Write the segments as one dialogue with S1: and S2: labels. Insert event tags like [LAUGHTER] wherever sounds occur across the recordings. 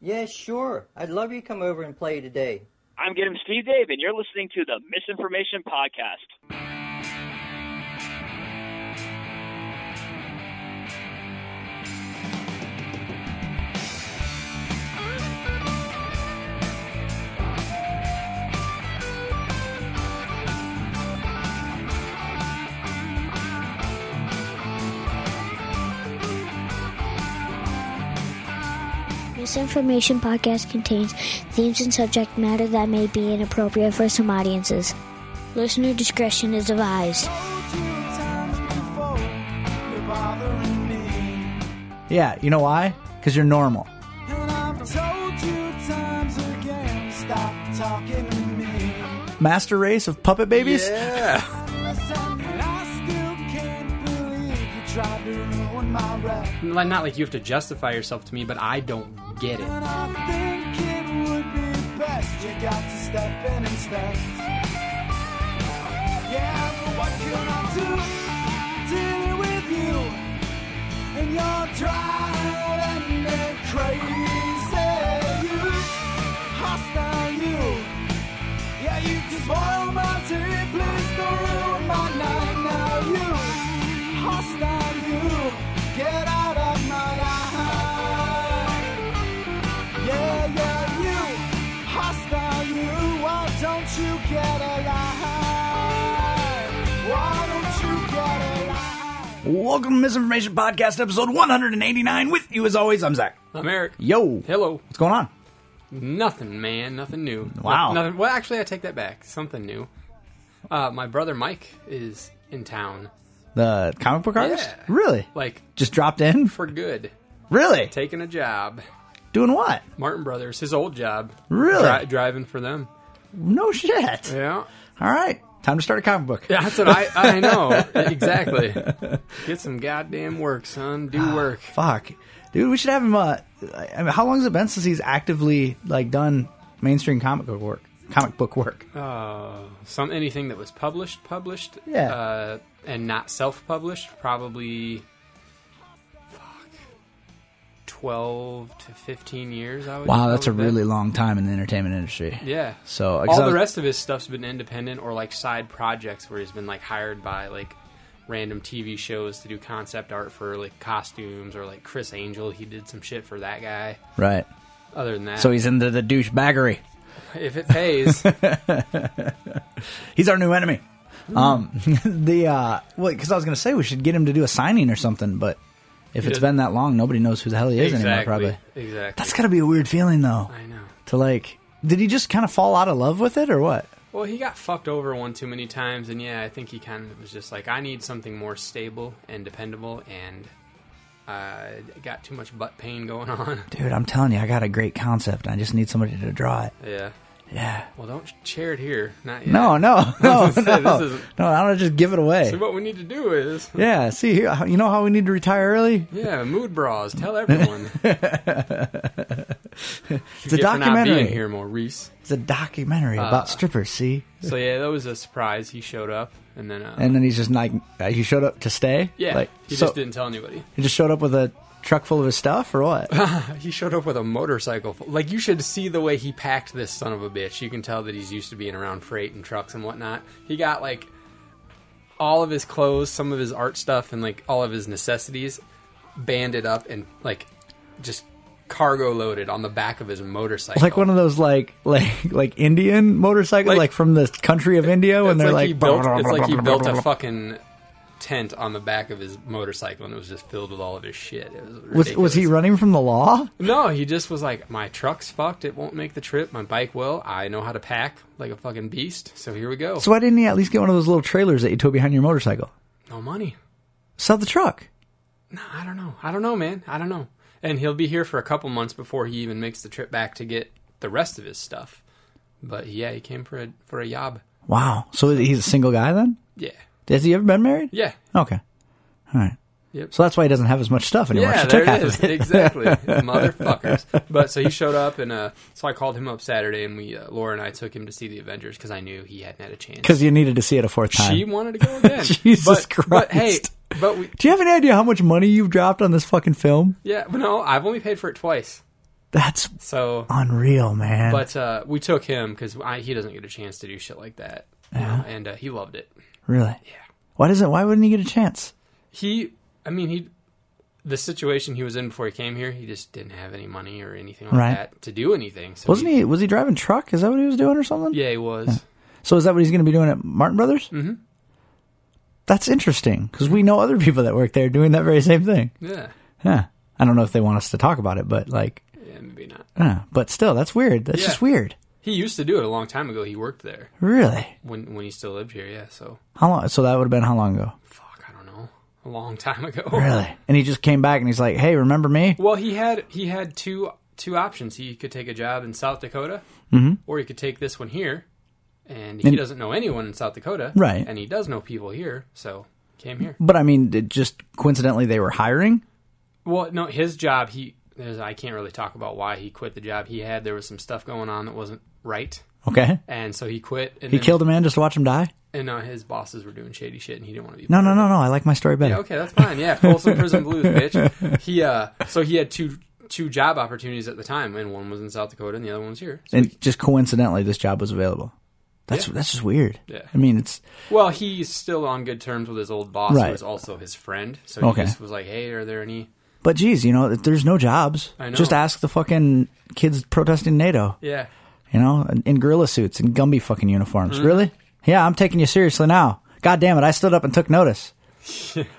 S1: Yeah, sure. I'd love you to come over and play today.
S2: I'm getting Steve Dave, and you're listening to the Misinformation Podcast.
S3: Misinformation podcast contains themes and subject matter that may be inappropriate for some audiences. Listener discretion is advised.
S4: Yeah, you know why? Because you're normal. Master race of puppet babies?
S5: Yeah.
S6: Like, Not like you have to justify yourself to me, but I don't get it.
S4: Welcome to Misinformation Podcast, episode 189. With you, as always, I'm Zach.
S6: I'm Eric.
S4: Yo.
S6: Hello.
S4: What's going on?
S6: Nothing, man. Nothing new.
S4: Wow.
S6: No- nothing. Well, actually, I take that back. Something new. Uh, my brother Mike is in town,
S4: The comic book artist?
S6: Yeah.
S4: Really?
S6: like
S4: Just dropped in?
S6: for good,
S4: Really?
S6: taking a job.
S4: Doing what?
S6: Martin Brothers, his old job.
S4: Really?
S6: Dri- driving for them.
S4: No shit.
S6: Yeah.
S4: All right. Time to start a comic book.
S6: That's what I, I
S4: [LAUGHS]
S6: know. exactly. Get some goddamn work, son. Do work.
S4: Fuck. Dude, we should have him. Uh, I mean, how long has it been since he's actively like done mainstream comic book work? Comic book work.
S6: Uh, some anything that was published, published,
S4: Yeah.
S6: uh, and not self-published, probably fuck, twelve to fifteen years. I would.
S4: Wow, that's
S6: I
S4: a
S6: would bet.
S4: really long time in the entertainment industry.
S6: yeah.
S4: So, 'cause
S6: all
S4: I
S6: the
S4: was-
S6: rest of his stuff's been independent or like side projects where he's been like hired by like random TV shows to do concept art for like costumes or like Chris Angel. He did some shit for that guy.
S4: Right.
S6: Other than that,
S4: So he's into the douchebaggery.
S6: if
S4: [LAUGHS]
S6: it pays,
S4: He's our new enemy.
S6: Hmm.
S4: Um, [LAUGHS] the uh, well, because I was gonna say we should get him to do a signing or something, but if it's
S6: doesn't-
S4: been that long, nobody knows who the hell he is anymore.
S6: exactly,
S4: Probably.
S6: exactly.
S4: That's gotta be a weird feeling though.
S6: I know.
S4: To like, did he just kind of fall out of love with it or what?
S6: Well, he got fucked over one too many times, and yeah, I think he kind of was just like, I need something more stable and dependable, and uh, got too much butt pain [LAUGHS] going on.
S4: Dude, I'm telling you, I got a great concept. I just need somebody to draw it.
S6: yeah.
S4: Yeah.
S6: Well, don't share it here. Not yet.
S4: No,
S6: [LAUGHS]
S4: no, no,
S6: This is-
S4: no.
S6: this is-
S4: no, I don't just give it away.
S6: So what we need to do is,
S4: yeah, see, here, you know how we need to retire early?
S6: yeah, mood bras. Tell everyone.
S4: [LAUGHS] It's a
S6: Forget for not
S4: documentary.
S6: being here, Maurice.
S4: It's a documentary
S6: Uh,
S4: about strippers, see?
S6: So yeah, that was a surprise. He showed up, and then uh,
S4: And then he's just like, uh, he showed up to stay?
S6: yeah,
S4: Like,
S6: he
S4: so
S6: just didn't tell anybody.
S4: He just showed up with a truck full of his stuff or what?
S6: [LAUGHS] He showed up with a motorcycle. full- Like you should see the way he packed this son of a bitch. You can tell that he's used to being around freight and trucks and whatnot. He got like all of his clothes, some of his art stuff, and like all of his necessities banded up and like just cargo loaded on the back of his motorcycle.
S4: like one of those like like like Indian motorcycles,
S6: Like-
S4: like, from the country of India when
S6: it's
S4: they're
S6: like,
S4: like,
S6: he built, it's like he built a fucking tent on the back of his motorcycle and it was just filled with all of his shit. It was
S4: was, was he
S6: ridiculous.
S4: running from the law?
S6: No, he just was like, my truck's fucked. It won't make the trip. My bike will. I know how to pack like a fucking beast. So here we go.
S4: So why didn't he at least get one of those little trailers that you tow behind your motorcycle?
S6: no money.
S4: Sell the truck.
S6: No, I don't know. I don't know, man. I don't know. And he'll be here for a couple months before he even makes the trip back to get the rest of his stuff. But yeah, he came for a for a yob.
S4: Wow. So he's a single guy then?
S6: Yeah.
S4: Has he ever been married?
S6: Yeah.
S4: Okay. All right.
S6: Yep.
S4: So that's why he doesn't have as much stuff anymore.
S6: Yeah,
S4: she took
S6: there
S4: half
S6: it is.
S4: of it. [LAUGHS]
S6: exactly. Motherfuckers. But so he showed up, and uh, so I called him up Saturday, and we, uh, Laura and I took him to see the Avengers because I knew he hadn't had a chance.
S4: Because you needed to see it a fourth time.
S6: She wanted to go
S4: [LAUGHS]
S6: again.
S4: Jesus
S6: but, But hey,
S4: Christ.
S6: but we,
S4: Do you have any idea how much money you've dropped on this fucking film?
S6: yeah, but no, I've only paid for it twice.
S4: That's
S6: So,
S4: Oh. unreal, man.
S6: but uh, we took him because he doesn't get a chance to do shit like that, you know, and uh, he loved it.
S4: really, why doesn't? Why wouldn't he get a chance?
S6: He, I mean, he, the situation he was in before he came here, he just didn't have any money or anything like
S4: Right.
S6: that to do anything. So
S4: Wasn't he? Was he driving truck? Is that what he was doing or something?
S6: Yeah, he was.
S4: So is that what he's going to be doing at Martin Brothers? Mm-hmm. That's interesting because we know other people that work there doing that very same thing.
S6: Yeah,
S4: Yeah. I don't know if they want us to talk about it, but like,
S6: yeah maybe not.
S4: uh, but still, that's weird. That's
S6: Yeah.
S4: just weird.
S6: He used to do it a long time ago. He worked there
S4: Really?
S6: when when he still lived here. Yeah, so
S4: How long? So that would have been how long ago?
S6: fuck, I don't know, a long time ago.
S4: Really? And he just came back and he's like, "Hey, remember me?"
S6: Well, he had he had two two options. He could take a job in South Dakota, or he could take this one here. And he
S4: Mm-hmm. And-
S6: doesn't know anyone in South Dakota,
S4: Right.
S6: And he does know people here, so came here.
S4: But I mean, it just coincidentally they were hiring.
S6: Well, no, his job. He there's, I can't really talk about why he quit the job he had. There was some stuff going on that wasn't right,
S4: Okay.
S6: and so he quit. And
S4: He
S6: then-
S4: killed a man just to watch him die.
S6: And uh, his bosses were doing shady shit, and he didn't want to be.
S4: No,
S6: part
S4: no,
S6: of it.
S4: no, no. I like my story better.
S6: Yeah, okay, that's fine. Yeah, Folsom Prison Blues, bitch. He uh, so he had two two job opportunities at the time, and one was in South Dakota, and the other one was here. So
S4: And just coincidentally, this job was available. That's that's just weird.
S6: Yeah.
S4: I mean, it's
S6: Well, he's still on good terms with his old boss,
S4: Right.
S6: who was also his friend. So he
S4: Okay.
S6: just was like, "Hey, are there any?"
S4: But geez, you know, if there's no jobs.
S6: I know.
S4: Just ask the fucking kids protesting NATO,
S6: Yeah,
S4: you know, in- in gorilla suits and Gumby fucking uniforms.
S6: Mm-hmm.
S4: Really? Yeah, I'm taking you seriously now. God damn it, I stood up and took
S6: [LAUGHS]
S4: notice.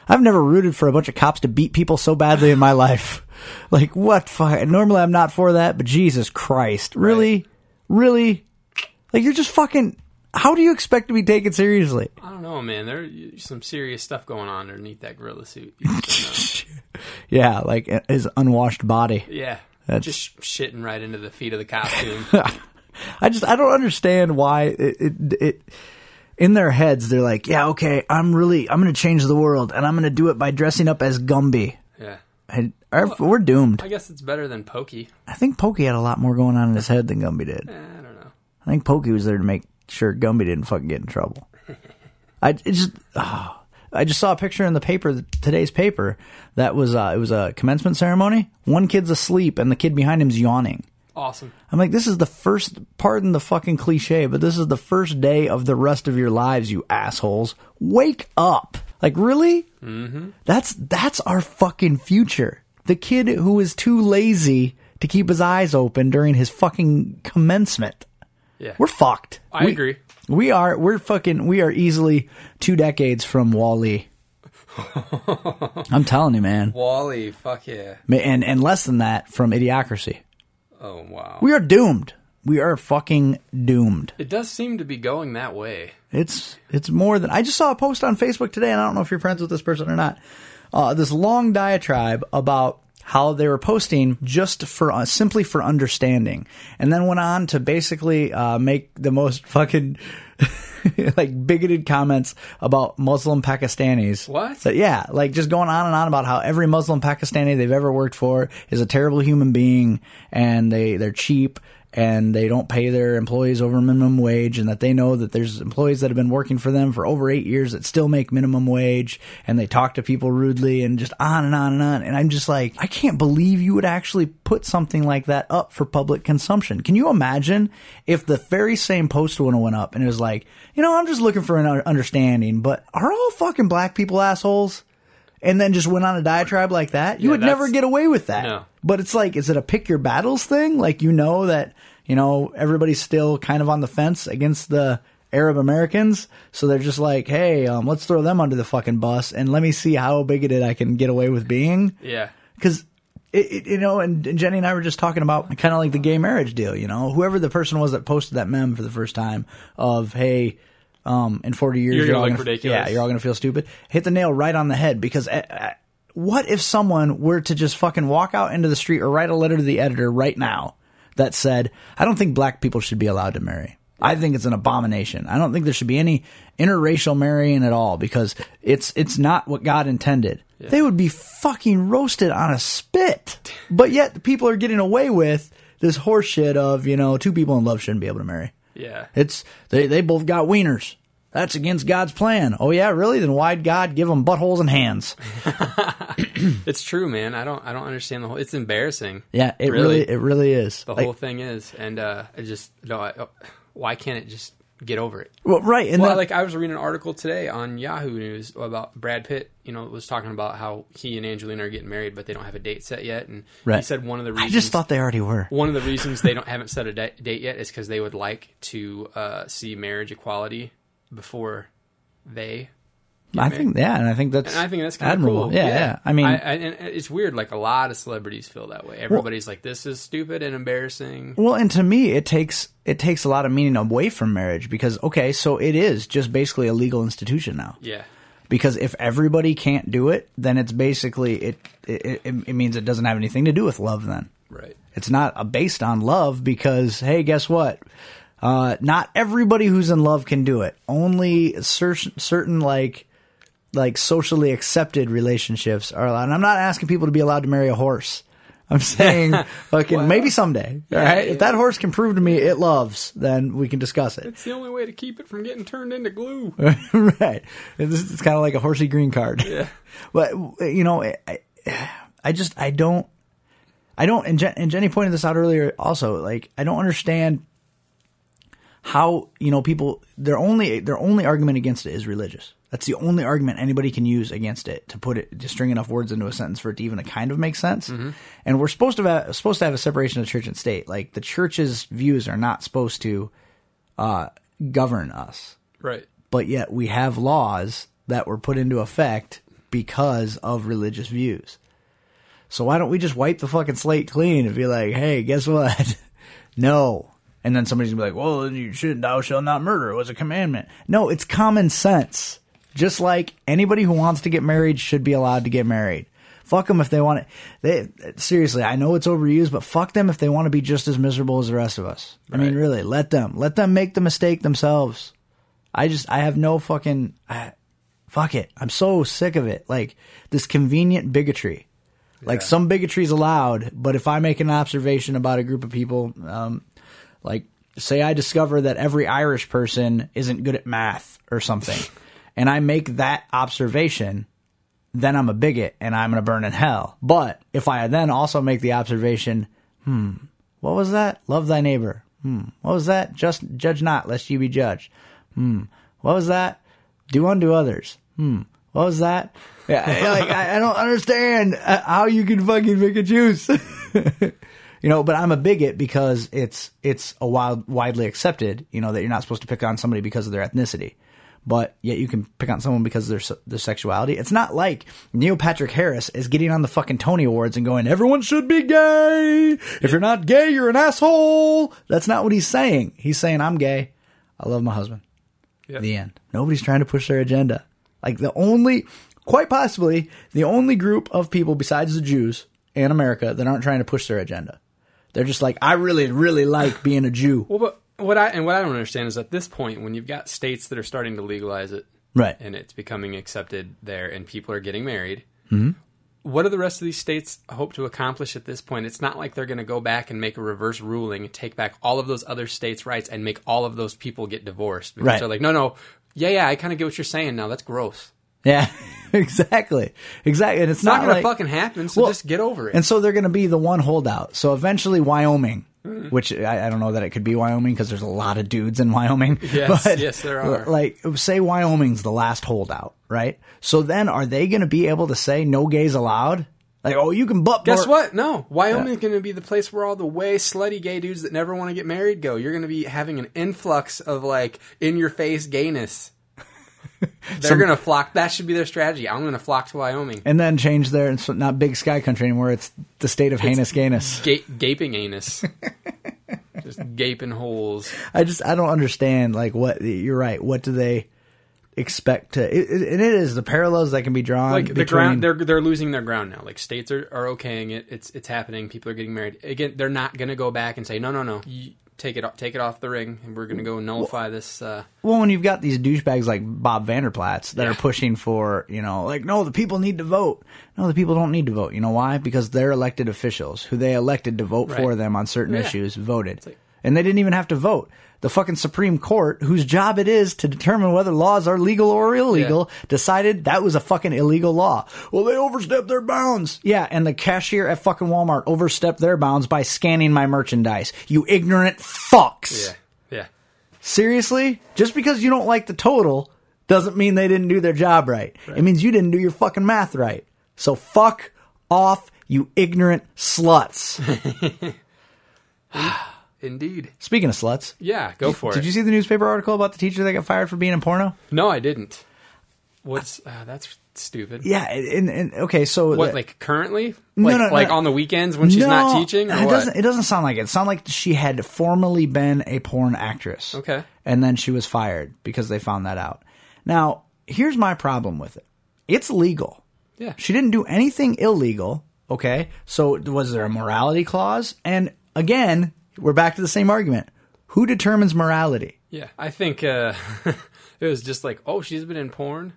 S4: I've never rooted for a bunch of cops to beat people so badly in my life. [LAUGHS] Like, what fuck? Normally I'm not for that, but Jesus Christ. Really? Really? Like, you're just fucking. How do you expect to be taken seriously?
S6: I don't know, man. There's some serious stuff going on underneath that
S4: [LAUGHS]
S6: gorilla suit. You just
S4: Yeah, like uh, his unwashed body.
S6: don't know. yeah,
S4: That's-
S6: just shitting right into the feet of
S4: [LAUGHS]
S6: the costume.
S4: I just I don't understand why it, it it in their heads they're like, yeah, okay, I'm really I'm going to change the world and I'm going to do it by dressing up as Gumby.
S6: yeah,
S4: And our, we're doomed.
S6: I guess it's better than Pokey.
S4: I think Pokey had a lot more going on in his head than Gumby did.
S6: Eh, I don't know.
S4: I think Pokey was there to make sure Gumby didn't fucking get in
S6: [LAUGHS]
S4: trouble. I it just oh, I just saw a picture in the paper today's paper that was uh, it was a commencement ceremony. One kid's asleep and the kid behind him's yawning.
S6: Awesome.
S4: I'm like, this is the first, pardon the fucking cliche, but this is the first day of the rest of your lives, you assholes. Wake up. Like, really? Mm-hmm. That's, that's our fucking future. The kid who is too lazy to keep his eyes open during his fucking commencement.
S6: Yeah,
S4: We're fucked.
S6: I
S4: We-
S6: agree.
S4: We are, we're fucking, we are easily two decades from
S6: [LAUGHS]
S4: Wally. I'm telling you, man.
S6: Wally, fuck yeah.
S4: Ma- And, and less than that from Idiocracy.
S6: Oh wow.
S4: We are doomed. We are fucking doomed.
S6: it does seem to be going that way.
S4: It's it's more than I just saw a post on Facebook today, and I don't know if you're friends with this person or not. Uh, this long diatribe about how they were posting just for uh, simply for understanding, and then went on to basically uh, make the most fucking [LAUGHS] like bigoted comments about Muslim Pakistanis.
S6: What?
S4: So, yeah, like just going on and on about how every Muslim Pakistani they've ever worked for is a terrible human being, and they they're cheap and they don't pay their employees over minimum wage, and that they know that there's employees that have been working for them for over eight years that still make minimum wage, and they talk to people rudely, and just on and on and on. And I'm just like, I can't believe you would actually put something like that up for public consumption. Can you imagine if the very same post when it went up and it was like, you know, I'm just looking for an understanding, but are all fucking black people assholes? and then just went on a diatribe like that, you
S6: Yeah,
S4: would never
S6: that's-
S4: get away with that.
S6: No.
S4: But it's like, is it a pick your battles thing? Like, you know that, you know, everybody's still kind of on the fence against the Arab Americans. So they're just like, hey, um, let's throw them under the fucking bus and let me see how bigoted I can get away with being.
S6: Yeah.
S4: Because, it, it, you know, and, and Jenny and I were just talking about kind of like the gay marriage deal, you know, whoever the person was that posted that meme for the first time of, hey, um, in 40 years,
S6: You're gonna
S4: all
S6: look
S4: gonna,
S6: ridiculous.
S4: Yeah, you're all going to feel stupid. Hit the nail right on the head because uh, uh, what if someone were to just fucking walk out into the street or write a letter to the editor right now that said, I don't think black people should be allowed to marry. I think it's an abomination. I don't think there should be any interracial marrying at all because it's it's not what God intended. They would be fucking roasted on a spit. But yet people are getting away with this horseshit of, you know, two people in love shouldn't be able to marry.
S6: Yeah.
S4: It's they they both got wieners. That's against God's plan. Oh yeah, really? Then why'd God give them buttholes and hands?
S6: It's true, man. I don't I don't understand the whole. It's embarrassing.
S4: Yeah, it really, it really is.
S6: the
S4: Like,
S6: whole thing is, and uh, I just no. I, why can't it just get over it?
S4: well, right, and
S6: Well,
S4: then,
S6: like I was reading an article today on Yahoo News about Brad Pitt. You know, was talking about how he and Angelina are getting married, but they don't have a date set yet. And he
S4: Right.
S6: said one of the
S4: I
S6: reasons
S4: just thought they already were.
S6: one of the reasons they don't [LAUGHS] haven't set a da- date yet is because they would like to uh, see marriage equality before they.
S4: I think yeah, and I think that's
S6: And I think that's kind of
S4: admirable.
S6: cool.
S4: Yeah, yeah, I mean,
S6: I, and it's weird. Like a lot of celebrities feel that way. Everybody's like, "This is stupid and embarrassing."
S4: Well, and to me, it takes it takes a lot of meaning away from marriage because okay, so it is just basically a legal institution now.
S6: Yeah,
S4: Because if everybody can't do it, then it's basically it it, it it means it doesn't have anything to do with love. Then
S6: right.
S4: it's not uh based on love because hey, guess what? Uh, not everybody who's in love can do it. Only certain certain like like socially accepted relationships are allowed. And I'm not asking people to be allowed to marry a horse. I'm [LAUGHS] saying fucking maybe someday. all right. If that horse can prove to me it loves, then we can discuss it.
S6: It's the only way to keep it from getting turned into glue.
S4: Uh, [LAUGHS] right. It's, it's kind of like a horsey green card. Yeah. [LAUGHS] But you know, I, I just I don't I don't and, Jen, and Jenny pointed this out earlier also. Like I don't understand how you know people their only their only argument against it is religious. That's the only argument anybody can use against it to put it to string enough words into a sentence for it to even to kind of make sense. And we're supposed to have, supposed to have a separation of church and state. Like the church's views are not supposed to uh, govern us
S6: right.
S4: but yet we have laws that were put into effect because of religious views. So why don't we just wipe the fucking slate clean and be like, hey, guess what? [LAUGHS] no. And then somebody's gonna be like, well, you should, thou shalt not murder. It was a commandment. No, it's common sense. Just like anybody who wants to get married should be allowed to get married. Fuck them if they want it. They, seriously, I know it's overused, but fuck them if they want to be just as miserable as the rest of us. I mean, really, let them. Let them make the mistake themselves. I just I have no fucking I, fuck it. I'm so sick of it. Like this convenient bigotry. Like some bigotry's allowed, but if I make an observation about a group of people, um, like say I discover that every Irish person isn't good at math or something, and I make that observation, then I'm a bigot and I'm gonna burn in hell. But if I then also make the observation, hmm, what was that? Love thy neighbor. Hmm, what was that? Just judge not, lest ye be judged. What was that? Do unto others. Hmm. What was that? [LAUGHS] Yeah, I- like I, I don't understand uh, how you can fucking pick and choose. [LAUGHS] you know, but I'm a bigot because it's it's a wild, widely accepted. You know that you're not supposed to pick on somebody because of their ethnicity, but yet you can pick on someone because of their se- their sexuality. It's not like Neil Patrick Harris is getting on the fucking Tony Awards and going, "Everyone should be gay. If you're not gay, you're an asshole." That's not what he's saying. He's saying, "I'm gay. I love my husband." the end. Nobody's trying to push their agenda. Like the only, quite possibly, the only group of people besides the Jews in America that aren't trying to push their agenda. They're just like, I really, really like being a Jew.
S6: [LAUGHS] Well, but what I and what I don't understand is at this point, when you've got states that are starting to legalize it
S4: Right.
S6: and it's becoming accepted there, and people are getting married,
S4: Mm-hmm.
S6: what do the rest of these states hope to accomplish at this point? It's not like they're going to go back and make a reverse ruling and take back all of those other states' rights and make all of those people get divorced. Because
S4: Right.
S6: They're like, no, no, yeah, yeah, I kind of get what you're saying now. That's gross.
S4: Yeah. [LAUGHS] exactly. Exactly. And it's,
S6: It's not, going
S4: like,
S6: to fucking happen. So
S4: Well,
S6: just get over it.
S4: And so they're going to be the one holdout. So eventually, Wyoming,
S6: Hmm.
S4: which I, I don't know that it could be Wyoming because there's a lot of dudes in Wyoming.
S6: [LAUGHS] Yes, yes, there are.
S4: Like, say Wyoming's the last holdout, right? So then, are they going to be able to say no gays allowed? Like, oh, you can butt.
S6: Guess
S4: blur-
S6: what? No, Wyoming's going to be the place where all the way slutty gay dudes that never want to get married go. You're going to be having an influx of like in your
S4: [LAUGHS]
S6: face gayness. They're going to flock. That should be their strategy. I'm going to flock to Wyoming.
S4: And then change their it's not Big Sky Country anymore. It's the state of heinous gayness.
S6: [LAUGHS] Ga- gaping
S4: [LAUGHS]
S6: anus, just gaping holes.
S4: I just I don't understand like what you're right. What do they expect to? It, it, and it is the parallels that can be drawn.
S6: Like the
S4: between-
S6: ground, they're they're losing their ground now. Like states are, are okaying it. It's it's happening. People are getting married again. They're not going to go back and say no, no, no. You take it o- take it off the ring, and we're going to go nullify this. Uh,
S4: Well, when you've got these douchebags like Bob Vanderplatz that are pushing for, you know, like, no, the people need to vote. No, the people don't need to vote. You know why? Because their elected officials, who they elected to vote for
S6: Right.
S4: them on certain
S6: Yeah.
S4: issues, voted. and they didn't even have to vote. The fucking Supreme Court, whose job it is to determine whether laws are legal or illegal, decided that was a fucking illegal law. Well, they overstepped their bounds. Yeah, and the cashier at fucking Walmart overstepped their bounds by scanning my merchandise. You ignorant fucks.
S6: Yeah. Yeah.
S4: Seriously? Just because you don't like the total doesn't mean they didn't do their job right. It means you didn't do your fucking math right. So fuck off, you ignorant sluts.
S6: Indeed.
S4: Speaking of sluts,
S6: Yeah. Go for
S4: did
S6: it.
S4: you see the newspaper article about the teacher that got fired for being in porno?
S6: no, I didn't. What's uh, that's stupid.
S4: Yeah, and, and okay, so
S6: What
S4: the-
S6: like currently?
S4: No,
S6: like,
S4: no,
S6: like
S4: no.
S6: on the weekends when she's not
S4: No,
S6: teaching or
S4: it
S6: what?
S4: doesn't. It doesn't sound like it. It sounded like she had formerly been a porn actress.
S6: Okay.
S4: and then she was fired because they found that out. Now, here's my problem with it. It's legal.
S6: Yeah.
S4: She didn't do anything illegal. Okay. So was there a morality clause? And again, we're back to the same argument. Who determines morality?
S6: Yeah, I think uh, [LAUGHS] it was just like, oh, she's been in porn.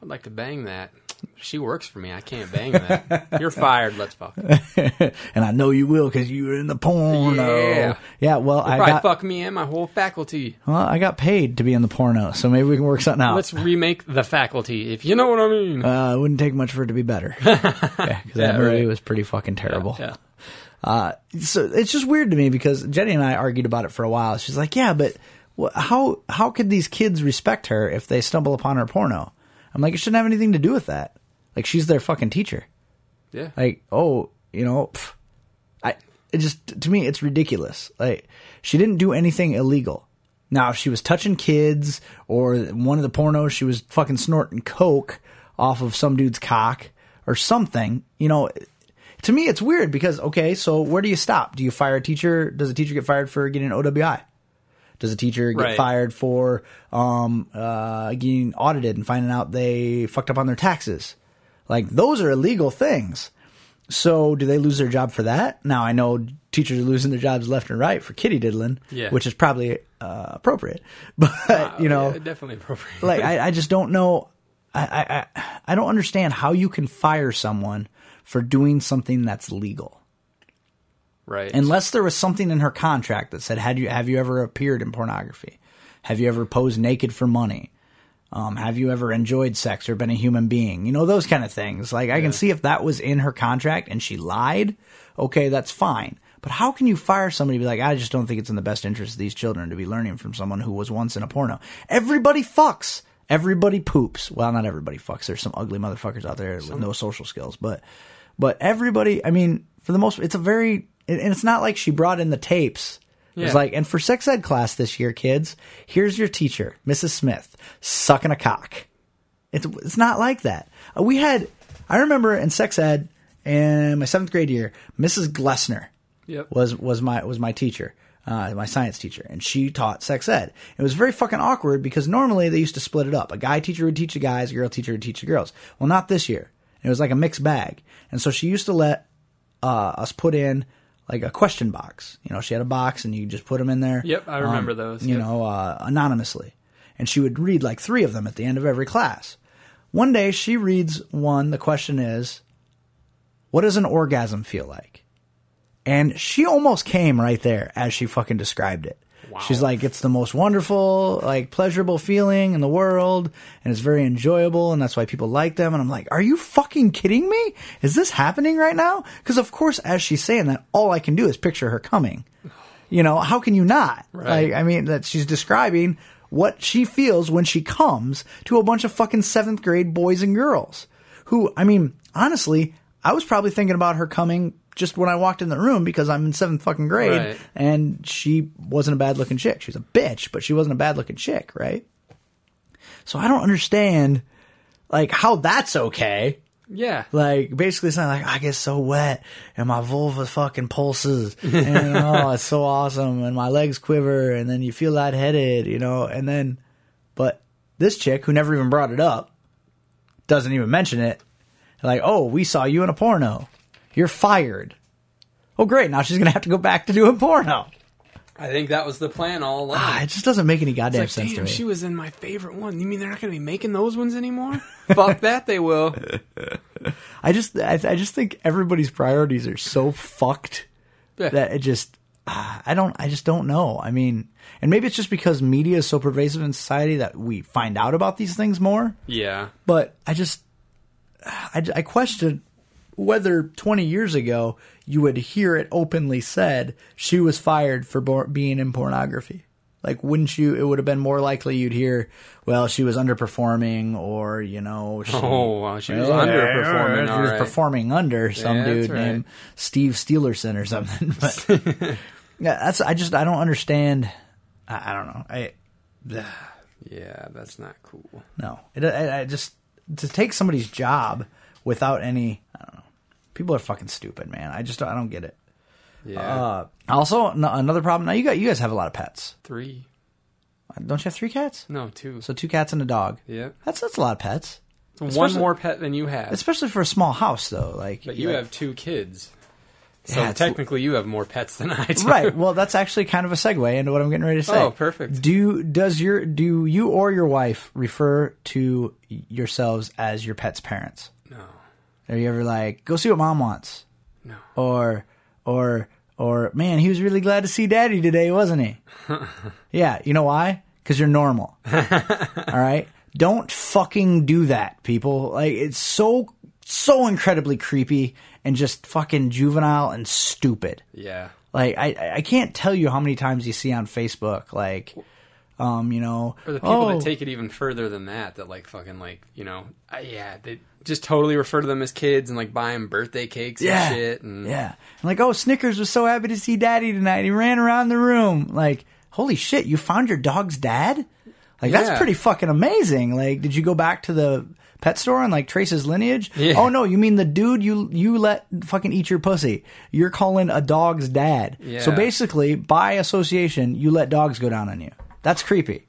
S6: I'd like to bang that. She works for me. I can't bang that.
S4: [LAUGHS]
S6: You're fired. Let's fuck. Probably
S4: And I know you will because you were in the porno.
S6: Yeah.
S4: Yeah. Well, I got
S6: fuck me and my whole faculty.
S4: well, I got paid to be in the porno, so maybe we can work something out.
S6: Let's remake the faculty, if you know what I mean.
S4: Uh, it wouldn't take much for it to be
S6: [LAUGHS]
S4: better. Because that movie
S6: right.
S4: was pretty fucking terrible.
S6: yeah.
S4: Uh, so it's just weird to me because Jenny and I argued about it for a while. She's like, "Yeah, but wh- how how could these kids respect her if they stumble upon her porno?" I'm like, "It shouldn't have anything to do with that. Like, she's their fucking teacher.
S6: Yeah.
S4: Like, oh, you know, pff, I it just to me it's ridiculous. Like, she didn't do anything illegal. Now, if she was touching kids or one of the pornos, she was fucking snorting coke off of some dude's cock or something. You know, to me it's weird because okay, so where do you stop? Do you fire a teacher? Does a teacher get fired for getting an OWI? Does a teacher get
S6: Right.
S4: fired for um, uh, getting audited and finding out they fucked up on their taxes? Like those are illegal things. So do they lose their job for that? Now I know teachers are losing their jobs left and right for kitty diddling,
S6: Yeah.
S4: which is probably uh, appropriate. [LAUGHS] But you know,
S6: Yeah, definitely appropriate.
S4: like I, I just don't know. I, I- I I don't understand how you can fire someone for doing something that's legal,
S6: right.
S4: unless there was something in her contract that said, "Had you have you ever appeared in pornography? Have you ever posed naked for money?" Um, have you ever enjoyed sex or been a human being? You know, those kind of things. Like, I can see if that was in her contract and she lied. Okay, that's fine. But how can you fire somebody and be like, I just don't think it's in the best interest of these children to be learning from someone who was once in a porno? Everybody fucks. Everybody poops. Well, not everybody fucks. There's some ugly motherfuckers out there with no social skills. But, but everybody, I mean, for the most, it's a very, and and it's not like she brought in the tapes. It was
S6: Yeah.
S4: like, and for sex ed class this year, kids, here's your teacher, Mrs. Smith, sucking a cock. It's it's not like that. Uh, We had, I remember in sex ed, in my seventh grade year, Mrs. Glessner
S6: Yep.
S4: was was my was my teacher, uh, my science teacher, and she taught sex ed. It was very fucking awkward because normally they used to split it up. A guy teacher would teach the guys, a girl teacher would teach the girls. Well, not this year. It was like a mixed bag, and so she used to let uh, us put in like a question box. You know, she had a box, and you just put them in there. um,
S6: Yep, I remember those,
S4: You
S6: yep.
S4: know, uh, anonymously, and she would read like three of them at the end of every class. One day she reads one. The question is, what does an orgasm feel like? And she almost came right there as she fucking described it. She's like, it's the most wonderful, like pleasurable feeling in the world, and it's very enjoyable, and that's why people like them. And I'm like, are you fucking kidding me? Is this happening right now? Because of course, as she's saying that, all I can do is picture her coming. You know, how can you not?
S6: Right.
S4: Like, I mean, that she's describing what she feels when she comes to a bunch of fucking seventh grade boys and girls who, I mean, honestly, I was probably thinking about her coming just when I walked in the room because I'm in seventh fucking grade
S6: Right.
S4: and she wasn't a bad looking chick. She was a bitch, but she wasn't a bad looking chick, right? So I don't understand like how that's okay.
S6: yeah.
S4: Like basically saying like I get so wet and my vulva fucking pulses and oh it's so awesome and my legs quiver and then you feel lightheaded, you know, and then but this chick who never even brought it up doesn't even mention it. Like, oh, we saw you in a porno. You're fired. Oh great, now she's gonna have to go back to doing porno.
S6: I think that was the plan all along.
S4: Ah, it just doesn't make any goddamn
S6: It's like,
S4: sense
S6: damn,
S4: to me.
S6: she was in my favorite one. You mean they're not going to be making those ones anymore? [LAUGHS] Fuck that, they will.
S4: I just I, I just think everybody's priorities are so fucked
S6: Yeah.
S4: that it just ah, I don't, I just don't know. I mean, and maybe it's just because media is so pervasive in society that we find out about these things more.
S6: [LAUGHS] Yeah.
S4: But I just, I, I question whether 20 years ago you would hear it openly said she was fired for bor- being in pornography. Like, wouldn't you? It would have been more likely you'd hear, well, she was underperforming, or you
S6: [LAUGHS]
S4: know, she,
S6: Oh, wow. She was
S4: Yeah,
S6: underperforming.
S4: She
S6: all
S4: was
S6: right.
S4: performing under some
S6: Yeah, that's
S4: dude
S6: right.
S4: named Steve Steelerson or something. [LAUGHS] But
S6: [LAUGHS]
S4: yeah, that's I just I don't understand. I, I don't know. I
S6: yeah, that's not cool.
S4: no. It, I, I just to take somebody's job without any. I don't know. People are fucking stupid, man. I just don't, I don't get it.
S6: Yeah.
S4: Uh, also, no, another problem. Now you got you guys have a lot of pets. Uh,
S6: Three.
S4: Don't you have three cats?
S6: No, two.
S4: So two cats and a dog.
S6: yeah.
S4: That's that's a lot of pets,
S6: One
S4: especially-
S6: more pet than you have.
S4: especially for a small house though. Like
S6: But you have two kids. So
S4: Yeah, it's-
S6: technically you have more pets than I do.
S4: [LAUGHS] right. Well, that's actually kind of a segue into what I'm getting ready to say.
S6: Oh, perfect.
S4: Do does your do you or your wife refer to yourselves as your pet's parents?
S6: No.
S4: Are you ever like, go see what mom wants?
S6: No.
S4: Or or or man, he was really glad to see daddy today, wasn't
S6: [LAUGHS]
S4: he? yeah. You know why? Because you're normal. All right. Don't fucking do that, people. Like it's so so incredibly creepy and just fucking juvenile and stupid.
S6: [LAUGHS] Yeah.
S4: Like I- I, I can't tell you how many times you see on Facebook, like, um, you know,
S6: Or the people
S4: "Oh,
S6: that take it even further than that, that like fucking like, you know, uh, yeah, they just totally refer to them as kids and like buy them birthday cakes
S4: yeah,
S6: and shit. And
S4: yeah, and like, oh, Snickers was so happy to see Daddy tonight. He ran around the room, like, holy shit, you found your dog's dad. Like
S6: Yeah.
S4: that's pretty fucking amazing. Like, did you go back to the pet store and like trace his lineage?
S6: Yeah.
S4: Oh no, you mean the dude you you let fucking eat your pussy? You're calling a dog's dad. So
S6: Yeah.
S4: basically, by association, you let dogs go down on you. That's
S6: [LAUGHS]
S4: creepy.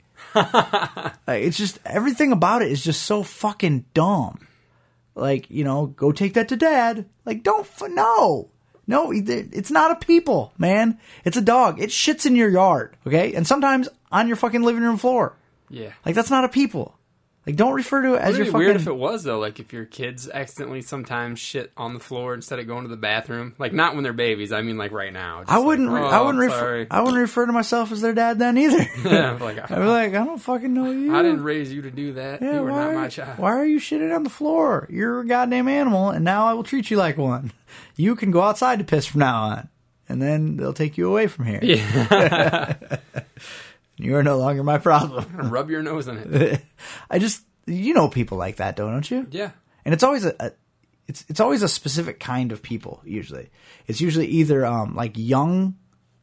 S4: Like, it's just everything about it is just so fucking dumb. Like you know, go take that to dad. Like don't f- no, no. it- It's not a people, man. It's a dog. It shits in your yard, okay, and sometimes on your fucking living room floor.
S6: Yeah.
S4: Like that's not a people. Like don't refer to it as
S6: It'd
S4: your
S6: be
S4: fucking.
S6: weird if it was though. Like if your kids accidentally sometimes shit on the floor instead of going to the bathroom. Like not when they're babies. I mean like right now. Just
S4: I wouldn't.
S6: Like,
S4: re-
S6: oh,
S4: I wouldn't
S6: I'm
S4: refer.
S6: sorry.
S4: I wouldn't refer to myself as their dad then either.
S6: [LAUGHS] Yeah, like,
S4: [LAUGHS] I'd be
S6: I,
S4: like, I don't fucking know you.
S6: I didn't raise you to do that.
S4: Yeah,
S6: you were
S4: why,
S6: not my child.
S4: Why are you shitting on the floor? You're a goddamn animal, and now I will treat you like one. You can go outside to piss from now on, and then they'll take you away from here.
S6: Yeah.
S4: [LAUGHS] You are no longer my problem.
S6: Rub your nose
S4: [LAUGHS]
S6: in it.
S4: I just, you know, people like that, though, don't you?
S6: Yeah.
S4: and it's always a, a it's it's always a specific kind of people usually it's usually either um like young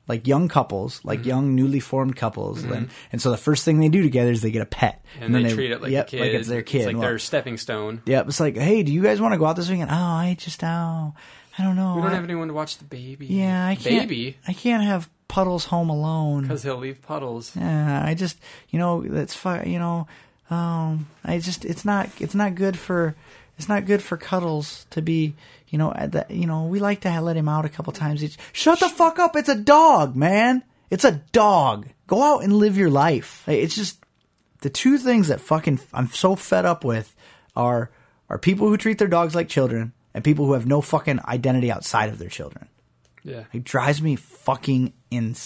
S4: like young couples
S6: Mm-hmm.
S4: like young newly formed couples and and so the first thing they do together is they get a pet
S6: And, they, treat it like
S4: yep,
S6: a kid.
S4: like it's their kid
S6: like
S4: Well,
S6: their stepping stone.
S4: yep it's like hey do you guys want to go out this weekend oh i just oh i don't know
S6: We don't
S4: I-
S6: have anyone to watch the baby.
S4: yeah i can't
S6: Baby,
S4: i can't have puddles home alone
S6: because he'll leave puddles.
S4: yeah, I just, you know, that's fi You know, um, I just, it's not, it's not good for, it's not good for cuddles to be, you know, at the, you know, we like to ha- let him out a couple times each. Shut the fuck up! It's a dog, man. It's a dog. Go out and live your life. Like, It's just the two things that fucking I'm so fed up with are are people who treat their dogs like children and people who have no fucking identity outside of their children.
S6: Yeah.
S4: It drives me fucking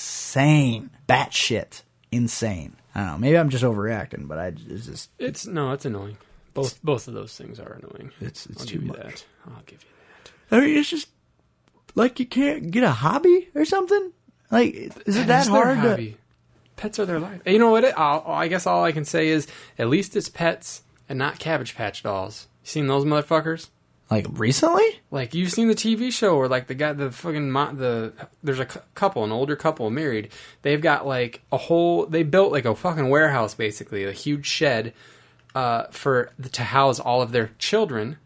S4: insane. Batshit insane. I don't know. Maybe I'm just overreacting, but I it's just
S6: It's no, it's annoying. Both both of those things are annoying.
S4: It's- it's
S6: I'll
S4: too
S6: give you
S4: much.
S6: That. I'll give you that.
S4: I mean, it's just like you can't get a hobby or something. Like, is it that
S6: It's their
S4: hard? To,
S6: hobby. Pets are their life. You know what? It, I'll, I guess all I can say is at least it's pets and not Cabbage Patch dolls. You seen those motherfuckers?
S4: like recently?
S6: Like you've seen the TV show where like the guy, the fucking mo- the there's a cou- couple, an older couple married. They've got like a whole. They built like a fucking warehouse, basically a huge shed, uh, for to house all of their children.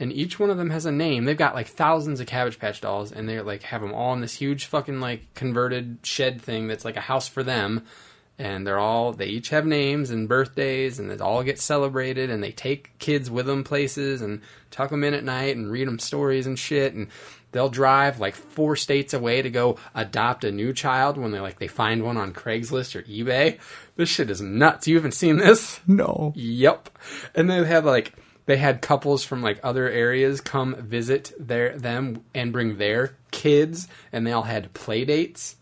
S6: And each one of them has a name. They've got like thousands of Cabbage Patch dolls, and they like have them all in this huge fucking like converted shed thing that's like a house for them. And they're all they each have names and birthdays, and it all gets celebrated. And they take kids with them places and tuck them in at night and read them stories and shit. And they'll drive like four states away to go adopt a new child when they like they find one on Craigslist or eBay. This shit is nuts. You haven't seen this?
S4: No.
S6: Yep. And they had like they had couples from like other areas come visit their them and bring their kids and they all had play dates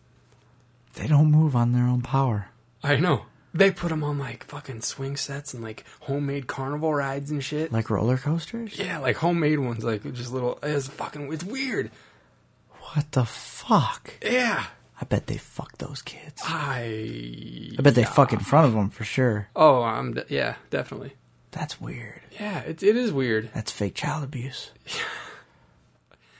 S4: They don't move on their own power.
S6: I know. They put them on like fucking swing sets and like homemade carnival rides and shit.
S4: Like roller coasters?
S6: yeah, like homemade ones, like just little. It's fucking. It's weird.
S4: What the fuck?
S6: Yeah.
S4: I bet they fuck those kids.
S6: I.
S4: I bet they fuck in front of them for sure.
S6: Oh, I'm. De- yeah, definitely.
S4: That's weird.
S6: Yeah, it it is weird.
S4: That's fake child
S6: [LAUGHS]
S4: abuse.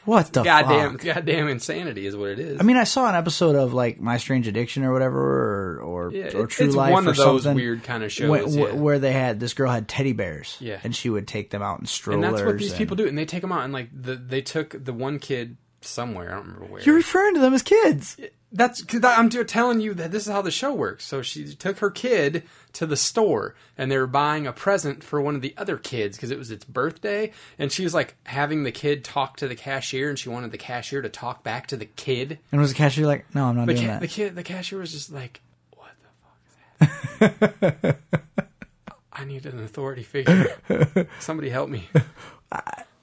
S4: what the
S6: Goddamn,
S4: fuck?
S6: goddamn insanity is what it is.
S4: I mean, I saw an episode of like My Strange Addiction or whatever, or or,
S6: Yeah,
S4: or
S6: it-
S4: True
S6: it's
S4: Life
S6: one
S4: or
S6: of those
S4: something.
S6: weird kinda shows,
S4: where, where-
S6: yeah.
S4: where they had this girl had teddy bears,
S6: Yeah.
S4: and she would take them out in strollers.
S6: and that's what these people do, and they take them out and like the, they took the one kid somewhere. I don't remember where.
S4: You're referring to them as kids.
S6: That's cause I'm t- telling you that this is how the show works. So she took her kid to the store, and they were buying a present for one of the other kids because it was its birthday. And she was like having the kid talk to the cashier, and she wanted the cashier to talk back to the kid.
S4: And was the cashier like, "No, I'm not
S6: The,
S4: doing
S6: ca-
S4: that."
S6: the kid, the cashier was just like, "What the fuck is that?" I need an authority figure. Somebody help me.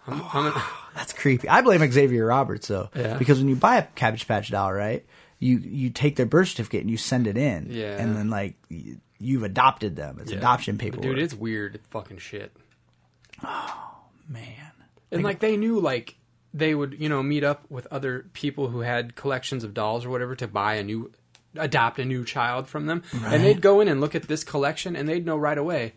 S6: I'm, I'm an-
S4: [SIGHS] That's creepy. I blame Xavier Roberts though,
S6: Yeah.
S4: because when you buy a Cabbage Patch doll, right, you you take their birth certificate and you send it in,
S6: Yeah.
S4: and then like y- you've adopted them. It's adoption paperwork,
S6: dude. It's weird, fucking shit.
S4: man.
S6: And like they knew like they would, you know, meet up with other people who had collections of dolls or whatever to buy a new adopt a new child from them. And they'd go in and look at this collection and they'd know right away,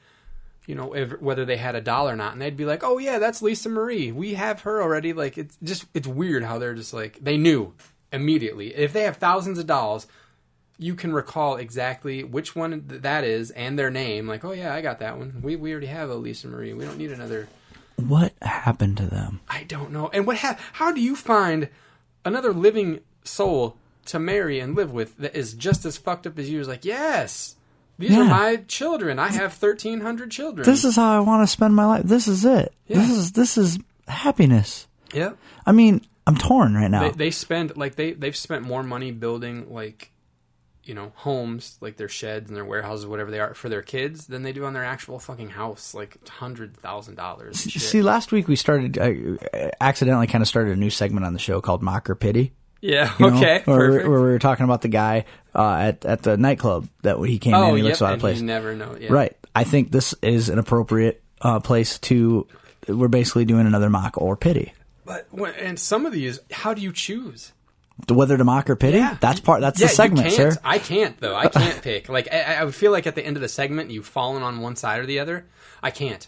S6: you know, if, whether they had a doll or not. And they'd be like, "Oh yeah, that's Lisa Marie. We have her already." Like it's just it's weird how they're just like they knew immediately. If they have thousands of dolls, you can recall exactly which one th- that is and their name. Like, "Oh yeah, I got that one. We we already have a Lisa Marie. We don't need another
S4: What happened to them?
S6: I don't know. And what? Ha- how do you find another living soul to marry and live with that is just as fucked up as you? Is like, yes, these
S4: Yeah.
S6: are my children. I have thirteen hundred children.
S4: This is how I want to spend my life. This is it. This
S6: Yeah.
S4: is this is happiness.
S6: yeah.
S4: I mean, I'm torn right now.
S6: They, they spend like they they've spent more money building like you know homes like their sheds and their warehouses whatever they are for their kids than they do on their actual fucking house like hundred thousand dollars.
S4: See, last week we started uh, accidentally kind of started a new segment on the show called Mock or Pity.
S6: Yeah.
S4: you know,
S6: okay.
S4: where, we-
S6: Perfect.
S4: where we were talking about the guy uh, at at the nightclub that he came in
S6: oh,
S4: and he
S6: yep.
S4: looks out of
S6: and
S4: place.
S6: you never know. Yeah.
S4: Right. I think this is an appropriate uh, place to. We're basically doing another mock or pity.
S6: But when, and some of these, how do you choose?
S4: Whether to mock or pity? That's part. That's
S6: Yeah,
S4: the segment,
S6: you can't.
S4: sir.
S6: I can't though. I can't pick. Like I, I would feel like at the end of the segment, you've fallen on one side or the other. I can't.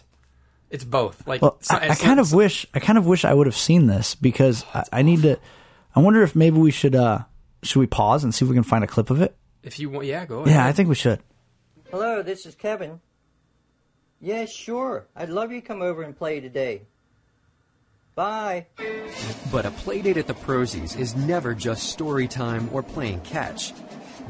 S6: It's both. Like
S4: Well,
S6: so-
S4: I, I
S6: at some-
S4: kind of wish. I kind of wish I would have seen this because I, I need to. I wonder if maybe we should. uh Should we pause and see if we can find a clip of it?
S6: If you want, yeah, go. Ahead. [LAUGHS]
S4: Yeah, I think we should.
S1: Hello, this is Kevin. Yes, sure. I'd love you to come over and play today. Bye.
S5: But a playdate at the Prosies is never just story time or playing catch.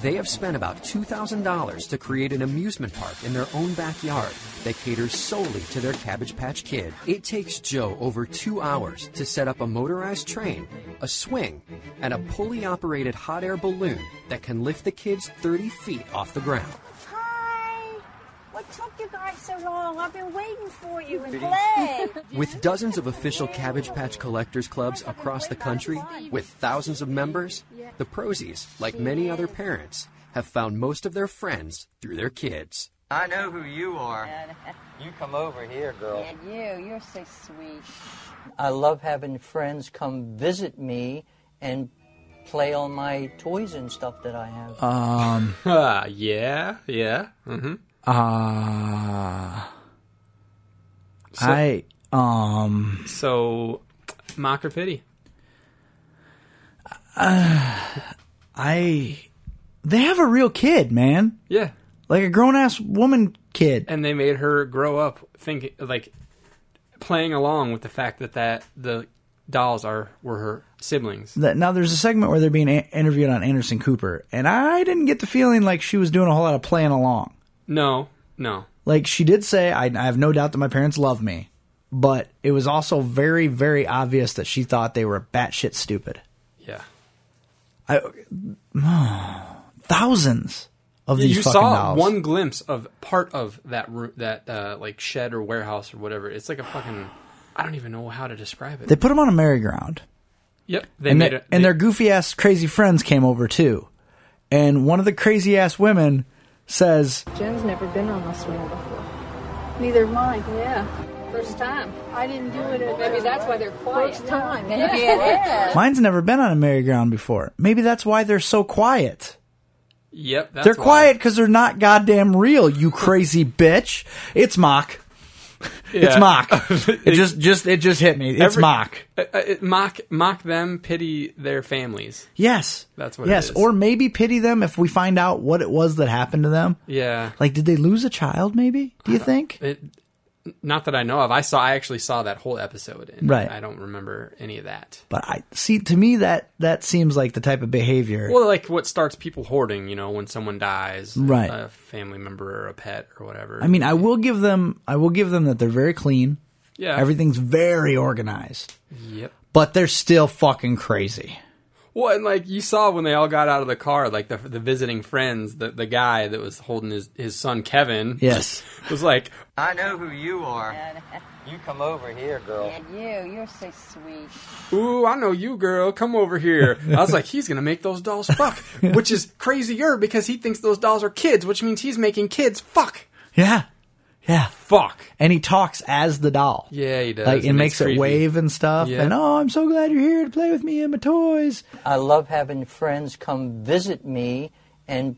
S5: They have spent about $2,000 to create an amusement park in their own backyard that caters solely to their Cabbage Patch Kid. It takes Joe over two hours to set up a motorized train, a swing, and a pulley operated hot air balloon that can lift the kids 30 feet off the ground.
S7: Hi. What took you guys so long? I've been waiting for you
S8: [LAUGHS]
S7: in play.
S5: With dozens of official Cabbage Patch collectors clubs across the country, with thousands of members, the Prosies, like many other parents, have found most of their friends through their kids.
S1: I know who you [LAUGHS] are. You come over here, girl.
S7: and you, you're so sweet.
S1: I love having friends come visit me and play on my toys and stuff that I have.
S6: Ah, yeah, yeah. Mm-hmm.
S4: Uh, I um.
S6: So, mock or pity?
S4: I they have a real kid, man.
S6: Yeah.
S4: Like a grown ass woman kid.
S6: And they made her grow up thinking, like, playing along with the fact that that the dolls are were her siblings.
S4: That- Now there's a segment where they're being a- interviewed on Anderson Cooper, and I didn't get the feeling like she was doing a whole lot of playing along.
S6: No, no.
S4: Like she did say, I, I have no doubt that my parents love me, but it was also very, very obvious that she thought they were batshit stupid.
S6: Yeah.
S4: I thousands of these
S6: you
S4: fucking
S6: saw
S4: dolls.
S6: one glimpse of part of that roo- that uh, like shed or warehouse or whatever. It's like a fucking I don't even know how to describe it.
S4: They put them on a merry-go-round.
S6: yep, they
S4: and,
S6: made
S4: they-
S6: it.
S4: and their goofy ass crazy friends came over too. and one of the crazy ass women says,
S8: Jen's never been on a swing before.
S7: Neither mine.
S8: Yeah, first time.
S7: I didn't do it at
S8: Maybe that's why they're quiet.
S7: first time.
S4: "Mine's never been on a merry-go-round before. Maybe that's why they're so quiet.
S6: Yep. That's
S4: they're
S6: why.
S4: quiet because they're not goddamn real.
S6: [LAUGHS]
S4: You crazy bitch. It's mock. It's
S6: Yeah. [LAUGHS]
S4: mock. it just, just, it just hit me. It's
S6: Every-
S4: mock.
S6: Uh, uh, mock, mock them. Pity their families.
S4: Yes,
S6: That's what it
S4: Yes,
S6: is.
S4: or maybe pity them if we find out what it was that happened to them.
S6: Yeah.
S4: Like, did they lose a child? Maybe. Do you think?
S6: It, not that I know of. I saw. I actually saw that whole episode. And
S4: Right.
S6: I don't remember any of that.
S4: But I see. To me, that that seems like the type of behavior.
S6: Well, like what starts people hoarding, you know, when someone dies,
S4: Right.
S6: A family member or a pet or whatever.
S4: I mean, I will give them. I will give them that they're very clean.
S6: yeah,
S4: Everything's very organized,
S6: Yep.
S4: but they're still fucking crazy.
S6: Well, and like you saw when they all got out of the car, like the the visiting friends, the the guy that was holding his his son Kevin,
S4: Yes.
S6: was like,
S1: I know who you are. You come over here, girl.
S8: [LAUGHS] And you, you're so sweet.
S6: "Ooh, I know you, girl. Come over here." I was like, "He's gonna make those
S4: [LAUGHS]
S6: dolls fuck," which is crazier because he thinks those dolls are kids, which means he's making kids fuck.
S4: Yeah. Yeah.
S6: Fuck.
S4: And he talks as the doll.
S6: Yeah, he does.
S4: Like it
S6: and
S4: makes
S6: it's
S4: it
S6: creepy.
S4: wave and stuff,
S6: Yeah.
S4: and oh, I'm so glad you're here to play with me and my toys.
S1: I love having friends come visit me and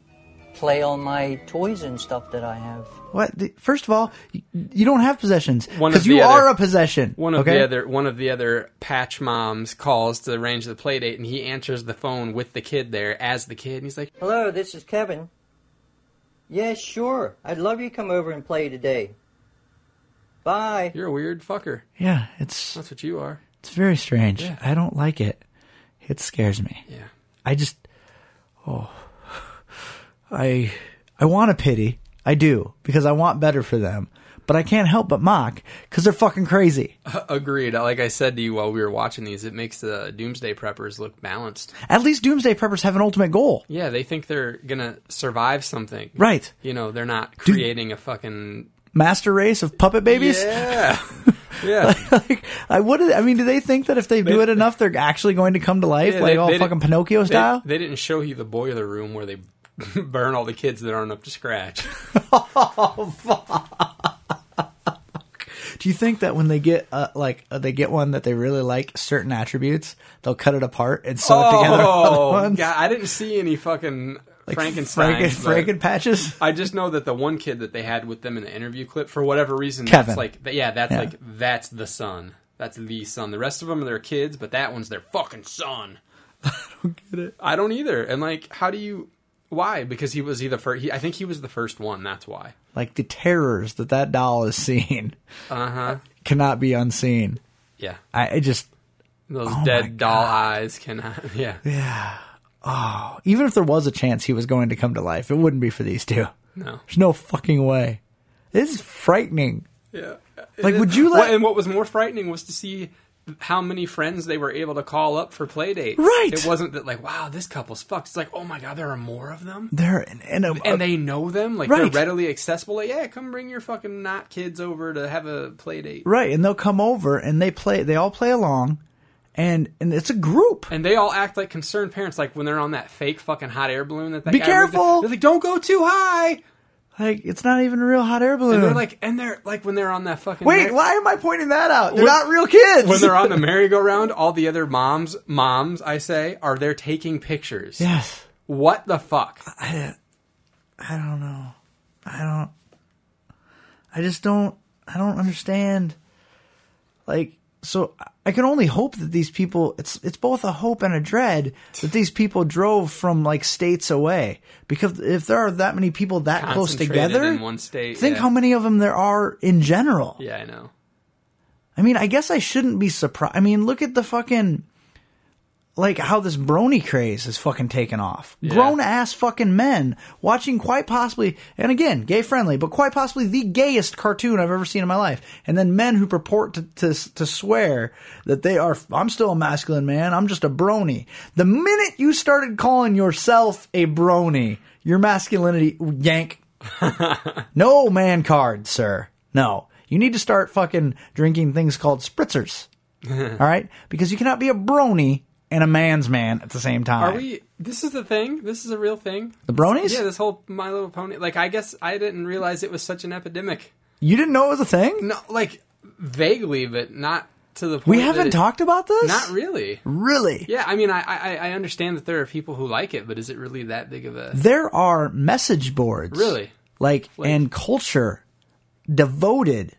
S1: play on my toys and stuff that I have.
S4: What? the- First of all, you, you don't have possessions
S6: One
S4: because
S6: of the
S4: you
S6: other-
S4: are a possession.
S6: One of
S4: okay?
S6: the other one of the other patch moms calls to arrange the play date, and he answers the phone with the kid there as the kid, and he's like,
S1: Hello, this is Kevin. Yes, sure. I'd love you to come over and play today. Bye.
S6: "You're a weird fucker.
S4: Yeah, it's
S6: That's what you are."
S4: it's very strange. I don't like it. It scares me.
S6: Yeah.
S4: I just, oh, I I want to pity. I do because I want better for them, but I can't help but mock because they're fucking
S6: [LAUGHS]
S4: crazy.
S6: Agreed. Like I said to you while we were watching these, it makes the Doomsday Preppers look balanced.
S4: At least Doomsday Preppers have an ultimate goal,
S6: Yeah, they think they're gonna survive something.
S4: right?
S6: You know, they're not creating a fucking
S4: Master race of puppet babies.
S6: Yeah. yeah.
S4: [LAUGHS] like, I what? do they- I mean, do they think that if they, do it enough, they're actually going to come to life,
S6: Yeah,
S4: like
S6: they-
S4: all
S6: they didn't-
S4: fucking Pinocchio
S6: They-
S4: style?
S6: They, didn't show you the boiler room where they [LAUGHS] burn all the kids that aren't up
S4: [LAUGHS]
S6: to scratch.
S4: Do you think that when they get uh, like uh, they get one that they really like certain attributes, they'll cut it apart and sew it together? with other
S6: Oh,
S4: ones?
S6: God, I didn't see any fucking
S4: Like
S6: Frankenstein.
S4: Franken- Franken patches.
S6: I just know that the one kid that they had with them in the interview clip, for whatever reason,
S4: Kevin.
S6: that's like, th- yeah, that's
S4: Yeah.
S6: like, that's the son. That's the son. The rest of them are their kids, but that one's their
S4: [LAUGHS]
S6: fucking son. I don't get it. I don't either. And like, how do you? Why? Because he was he the first. He, I think he was the first one. That's why.
S4: Like the terrors that that doll is seeing
S6: Uh huh.
S4: cannot be unseen.
S6: Yeah.
S4: I, I just
S6: Those
S4: Oh my
S6: dead doll eyes cannot. [LAUGHS] Yeah.
S4: even if there was a chance he was going to come to life, it wouldn't be for these two.
S6: No.
S4: There's no fucking way. This is frightening.
S6: Yeah.
S4: Like, would you
S6: What-
S4: let?
S6: and what was more frightening was to see how many friends they were able to call up for playdates.
S4: Right.
S6: It wasn't that like, wow, this couple's fucked. It's like, oh my god, there are more of them.
S4: they're in, in a,
S6: and they know them, like
S4: Right.
S6: they're readily accessible. Like, yeah, come bring your fucking not kids over to have a play date.
S4: right, and they'll come over and they play. They all play along, and and it's a group.
S6: And they all act like concerned parents, like when they're on that fake fucking hot air balloon that that
S4: Be
S6: guy rigged up.
S4: careful!
S6: They're like, don't go too high.
S4: Like it's not even a real hot air balloon.
S6: And they're like, and they're like when they're on that fucking
S4: Wait,
S6: mer-
S4: why am I pointing that out? They're
S6: When-
S4: not real kids. [LAUGHS]
S6: When they're on the merry-go-round, all the other moms, moms, I say, are there taking pictures?
S4: yes,
S6: What the fuck?
S4: Uh, I don't know. I don't. I just don't. I don't understand. Like, so I- I can only hope that these people. It's it's both a hope and a dread that these people drove from like states away because if there are that many people that close
S6: Concentrated
S4: together,
S6: in one state.
S4: think
S6: yeah.
S4: how many of them there are in general.
S6: Yeah, I know.
S4: I mean, I guess I shouldn't be surprised. I mean, look at the fucking like how this brony craze is fucking taken off. Grown ass fucking men watching quite possibly and again, gay friendly, but quite possibly the gayest cartoon I've ever seen in my life. And then men who purport to to, to swear that they are I'm still a masculine man, I'm just a brony. The minute you started calling yourself a brony, your masculinity yank no man card, sir. No. You need to
S6: [LAUGHS]
S4: start fucking drinking things called spritzers. All right? Because you cannot be a brony and a man's man at the same time.
S6: Are we? This is the thing. This is a real thing.
S4: the bronies?
S6: Yeah, this whole My Little Pony. Like, I guess I didn't realize it was such an epidemic.
S4: you didn't know it was a thing?
S6: No, like vaguely, but not to the point.
S4: we
S6: that
S4: haven't
S6: it-
S4: talked about this.
S6: Not really.
S4: really.
S6: Yeah, I mean, I, I I understand that there are people who like it, but is it really that big of a?
S4: There are message boards,
S6: Really?
S4: like,
S6: Like-
S4: and culture devoted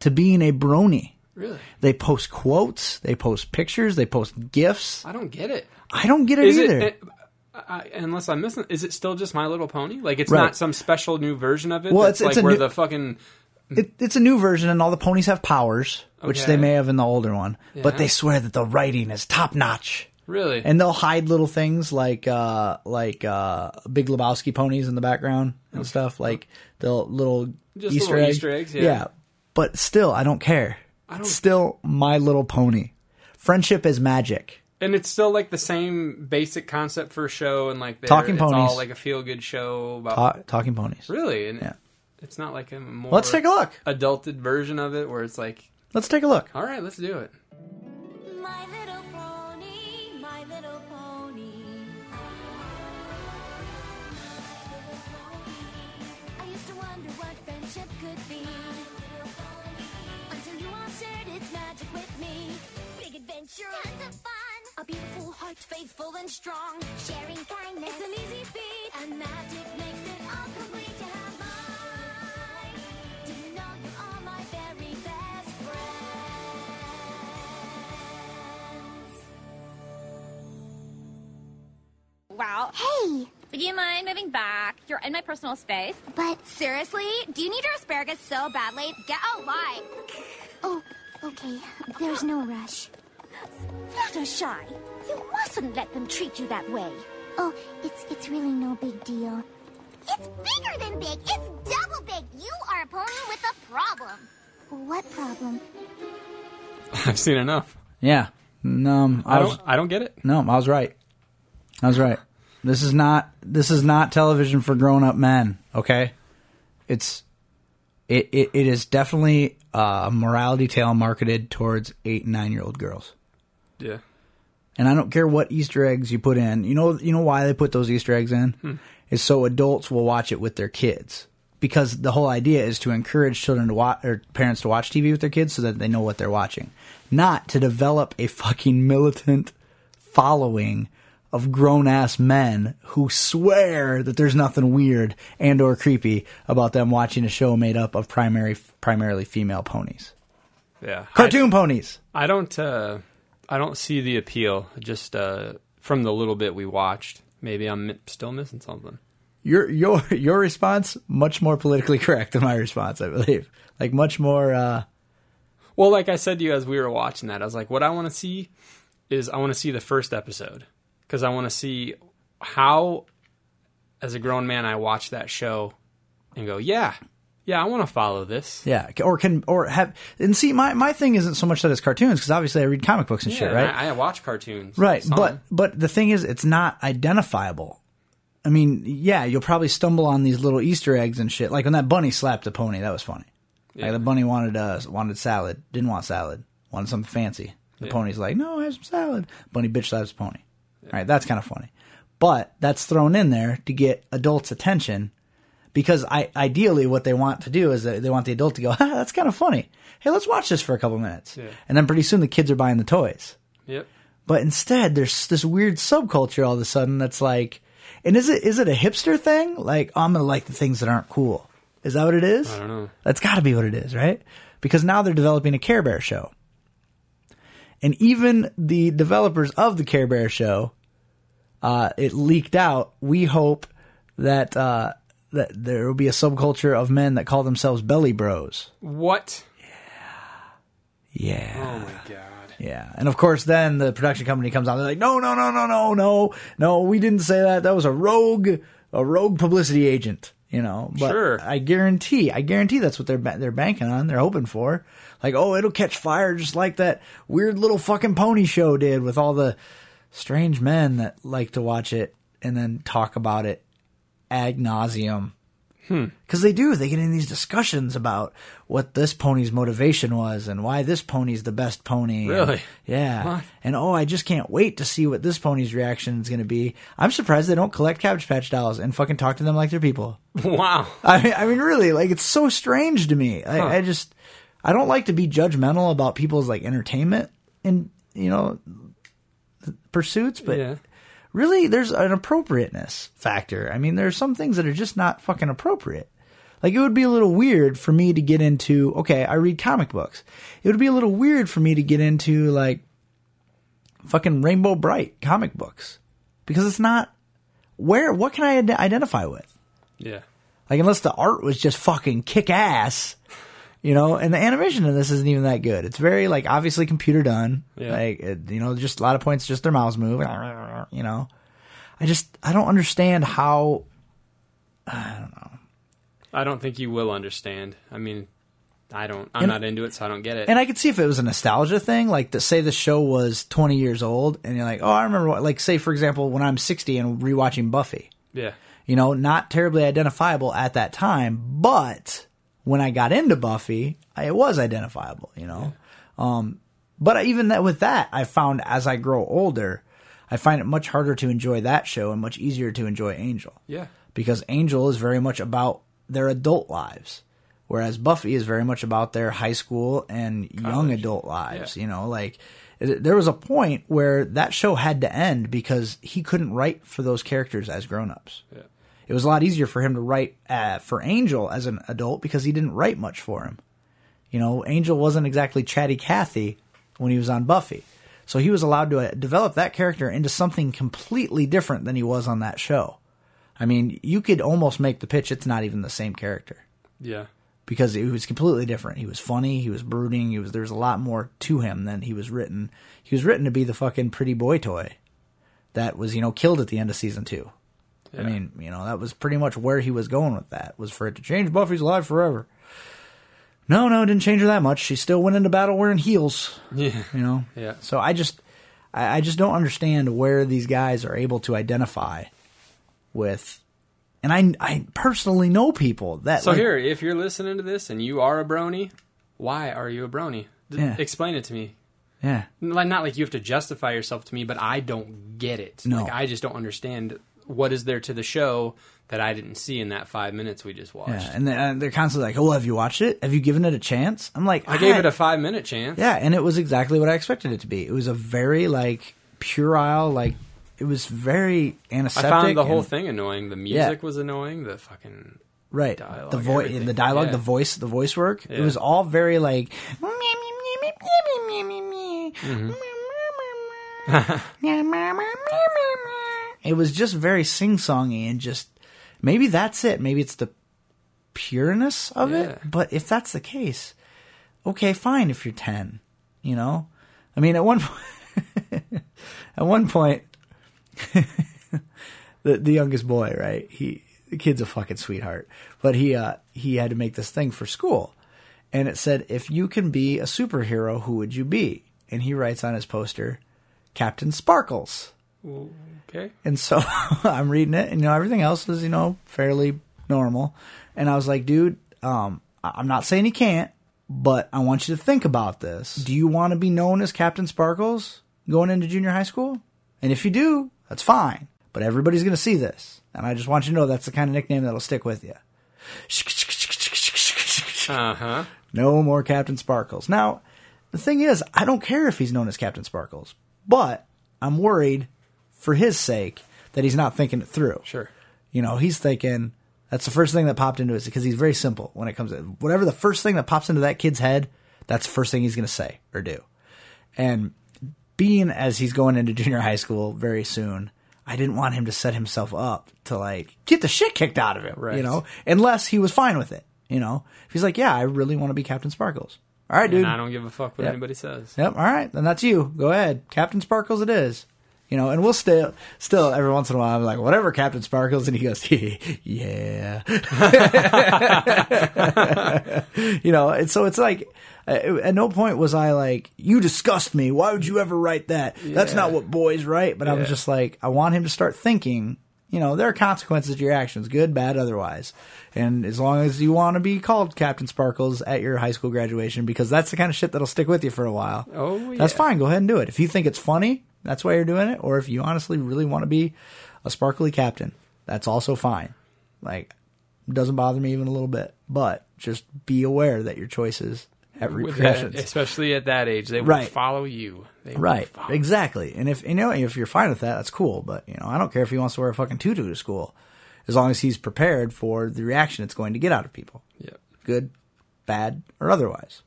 S4: to being a brony.
S6: Really,
S4: They post quotes, they post pictures, they post gifs.
S6: I don't get it.
S4: I don't get it
S6: Is
S4: either.
S6: it? uh, I, I- unless I'm missing, is it still just My Little Pony? Like, it's
S4: Right.
S6: not some special new version of it.
S4: Well,
S6: that's
S4: it's- it's
S6: like
S4: a
S6: where
S4: new-
S6: the fucking
S4: It- it's a new version, and all the ponies have powers, which
S6: Okay.
S4: they may have in the older one. But
S6: Yeah.
S4: they swear that the writing is top notch.
S6: really
S4: and they'll hide little things like uh like uh big lebowski ponies in the background and stuff like they'll little
S6: Just
S4: easter,
S6: little
S4: eggs.
S6: Easter eggs, yeah.
S4: but still i don't care
S6: I don't-
S4: it's still my little pony friendship is magic
S6: And it's still like the same basic concept for a show, and like they're-
S4: Talking
S6: it's
S4: Ponies.
S6: all like a feel good show about
S4: Ta- Uh, talking ponies
S6: really, and
S4: Yeah.
S6: it's not like a more
S4: let's take a look
S6: adulted version of it where it's like,
S4: let's take a look
S6: all right, let's do it.
S9: My little pony, my little pony. I used to wonder what friendship could be. Until you all shared its magic with me. Big adventure, tons of fun. A beautiful heart, faithful and strong. Sharing kindness, it's an easy feat. And magic makes it all complete. You have mine. Did you know you are my very best friends?
S10: Wow.
S9: Hey,
S10: Do you mind moving back? You're in my personal space.
S9: but seriously, do you need your asparagus so badly? Get a life. Oh, okay. There's no rush.
S10: Fluttershy, you mustn't let them treat you that way.
S9: Oh, it's it's really no big deal. It's bigger than big. It's double big. You are a pony with a problem. What problem?
S6: [LAUGHS] I've seen enough.
S4: yeah no i,
S6: I
S4: was
S6: don't, I don't get it.
S4: no i was right i was right this is not this is not television for grown-up men okay it's it, it, it is definitely uh, a morality tale marketed towards eight and nine year old girls.
S6: Yeah,
S4: And I don't care what Easter eggs you put in. You know, you know why they put those Easter eggs in? Is so adults will watch it with their kids. Because the whole idea is to encourage children to watch or parents to watch TV with their kids so that they know what they're watching, not to develop a fucking militant following of grown ass men who swear that there's nothing weird and or creepy about them watching a show made up of primary primarily female ponies.
S6: yeah.
S4: Cartoon ponies.
S6: I, I don't, uh, I don't see the appeal. Just uh, from the little bit we watched, maybe I'm mi- still missing something.
S4: your your [LAUGHS] your response much more politically correct than my response, I believe. Like much more. Uh,
S6: Well, like I said to you as we were watching that, I was like, what I want to see is I want to see the first episode because I want to see how, as a grown man, I watch that show and go, yeah, yeah, I want to follow this.
S4: yeah, or can or have and see my my thing isn't so much that it's cartoons because obviously I read comic books and shit,
S6: and
S4: right?
S6: I, I watch cartoons.
S4: right,
S6: some.
S4: but but the thing is, it's not identifiable. I mean, yeah, you'll probably stumble on these little Easter eggs and shit. Like when that bunny slapped a pony, that was funny. Like the bunny wanted uh wanted salad, didn't want salad, wanted something fancy. The pony's like, no, I have some salad. Bunny bitch slaps the pony. All right, that's kind of funny, but that's thrown in there to get adults' attention because I ideally what they want to do is that they want the adult to go, ha, that's kind of funny. Hey, let's watch this for a couple minutes, and then pretty soon the kids are buying the toys.
S6: yep,
S4: But instead, there's this weird subculture all of a sudden that's like, and is it is it a hipster thing? Like, oh, I'm gonna like the things that aren't cool. Is that what it is? I don't know. That's got to be what it is, right? Because now they're developing a Care Bear show, and even the developers of the Care Bear show, uh, it leaked out. We hope that uh, that there will be a subculture of men that call themselves Belly Bros.
S6: what?
S4: Yeah. [SIGHS]
S6: Oh my god!
S4: Yeah, and of course, then the production company comes out. They're like, "No, no, no, no, no, no, no. We didn't say that. That was a rogue, a rogue publicity agent." You know, but
S6: Sure.
S4: I guarantee, I guarantee that's what they're ba- they're banking on. They're hoping for, like, oh, it'll catch fire, just like that weird little fucking pony show did with all the strange men that like to watch it and then talk about it ad nauseum Because they do. They get in these discussions about what this pony's motivation was and why this pony's the best pony. and-
S6: Really?
S4: yeah.
S6: What?
S4: And oh, I just can't wait to see what this pony's reaction is going to be. I'm surprised they don't collect Cabbage Patch dolls and fucking talk to them like they're people. [LAUGHS]
S6: [LAUGHS] Wow.
S4: I mean, I mean, really, like it's so strange to me. I, I just, I don't like to be judgmental about people's like entertainment and you know pursuits, but
S6: Yeah.
S4: really, there's an appropriateness factor. I mean, there are some things that are just not fucking appropriate. Like it would be a little weird for me to get into. Okay, I read comic books. It would be a little weird for me to get into like fucking Rainbow Bright comic books because it's not where. What can I ide- identify with?
S6: Yeah.
S4: Like unless the art was just fucking kick ass, you know. And the animation in this isn't even that good. It's very like obviously computer done.
S6: Yeah.
S4: Like it, you know, just a lot of points, just their mouths move. You know, I just I don't understand how.
S6: I don't think you will understand. I mean, I don't. I'm
S4: And-
S6: not into it, so I don't get it.
S4: And I could see if it was a nostalgia thing, like to say the show was twenty years old, and you're like, oh, I remember. What, like say for example, when I'm sixty and rewatching Buffy.
S6: yeah.
S4: you know, not terribly identifiable at that time, but when I got into Buffy, I- it was identifiable, you know. Um, but I, even that with that, I found as I grow older, I find it much harder to enjoy that show and much easier to enjoy Angel
S6: Yeah.
S4: because Angel is very much about their adult lives, whereas Buffy is very much about their high school and young adult lives. You know, like th- there was a point where that show had to end because he couldn't write for those characters as grown-ups. It was a lot easier for him to write uh, for Angel as an adult because he didn't write much for him. You know, Angel wasn't exactly chatty Cathy when he was on Buffy. So he was allowed to uh, develop that character into something completely different than he was on that show. I mean, you could almost make the pitch it's not even the same character
S6: Yeah.
S4: because it was completely different. He was funny, he was brooding, he was there was a lot more to him than he was written. He was written to be the fucking pretty boy toy that was, you know, killed at the end of season 2. I mean, you know, that was pretty much where he was going with that was for it to change Buffy's life forever. No, no, it didn't change her that much. She still went into battle wearing heels.
S6: [LAUGHS] Yeah.
S4: You know?
S6: Yeah.
S4: So I just I, I just don't understand where these guys are able to identify with and I I personally know people that
S6: So
S4: like,
S6: here, if you're listening to this and you are a brony, why are you a brony? D-
S4: Yeah.
S6: Explain it to me.
S4: Yeah.
S6: Like, Not like you have to justify yourself to me, but I don't get it.
S4: No.
S6: Like I just don't understand what is there to the show that I didn't see in that five minutes we just watched.
S4: Yeah, and they're, and they're constantly like, "Oh, have you watched it? Have you given it a chance?" I'm like,
S6: I gave it a five minute chance.
S4: yeah," and it was exactly what I expected it to be. It was a very like puerile, like it was very
S6: I
S4: antiseptic.
S6: found the whole
S4: and-
S6: thing annoying. The music was annoying. The fucking
S4: right?
S6: dialogue,
S4: the voice,
S6: everything.
S4: the dialogue,
S6: Yeah.
S4: the voice, the voice work. It
S6: Yeah.
S4: was all very like. "Meh, meh, meh, meh, meh, meh, meh, meh.
S6: Mm-hmm.
S4: Meh, meh, meh, meh. Yeah, meh, meh, meh, meh, meh." [LAUGHS] It was just very sing songy and just maybe that's it. Maybe it's the pureness of it.
S6: Yeah.
S4: But if that's the case, okay, fine. If you're ten, you know, I mean, at one point, [LAUGHS] at one point, [LAUGHS] the the youngest boy, right? He the kid's a fucking sweetheart, but he uh he had to make this thing for school, and it said, "If you can be a superhero, who would you be?" And he writes on his poster, "Captain Sparkles."
S6: okay.
S4: And so [LAUGHS] I'm reading it, and you know everything else is you know fairly normal. And I was like, dude, um, I- I'm not saying you can't, but I want you to think about this. Do you want to be known as Captain Sparkles going into junior high school? And if you do, that's fine. But everybody's gonna see this, and I just want you to know that's the kind of nickname that'll stick with you.
S6: Uh huh.
S4: No more Captain Sparkles. Now, the thing is, I don't care if he's known as Captain Sparkles, but I'm worried for his sake that he's not thinking it through.
S6: Sure.
S4: You know, he's thinking that's the first thing that popped into his because he's very simple when it comes to whatever the first thing that pops into that kid's head, that's the first thing he's going to say or do. And being as he's going into [LAUGHS] junior high school very soon, I didn't want him to set himself up to like get the shit kicked out of him,
S6: Right.
S4: you know, unless he was fine with it, you know. If he's like, yeah, I really want to be Captain Sparkles. All right, dude.
S6: And I don't give a fuck what
S4: Yep.
S6: anybody says.
S4: Yep. All right, then that's you. Go ahead, Captain Sparkles. It is. You know, and we'll still, still every once in a while, I'm like, whatever, Captain Sparkles, and he goes, [LAUGHS] yeah. you know, and so it's like, uh, at no point was I like, you disgust me. Why would you ever write that? That's not what boys write. But I was
S6: Yeah.
S4: just like, I want him to start thinking. You know, there are consequences to your actions, good, bad, otherwise. And as long as you want to be called Captain Sparkles at your high school graduation, because that's the kind of shit that'll stick with you for a while.
S6: Oh,
S4: That's
S6: yeah.
S4: fine. Go ahead and do it. If you think it's funny, that's why you're doing it. Or if you honestly really want to be a sparkly captain, that's also fine. Like, doesn't bother me even a little bit. But just be aware that your choices have
S6: With that-
S4: repercussions.
S6: Eh, especially at that age, they will
S4: Right.
S6: follow you. They will
S4: Right.
S6: follow-
S4: Exactly. And if you know if you're fine with that, that's cool. But you know, I don't care if he wants to wear a fucking tutu to school, as long as he's prepared for the reaction it's going to get out of people,
S6: Yep.
S4: good, bad, or otherwise,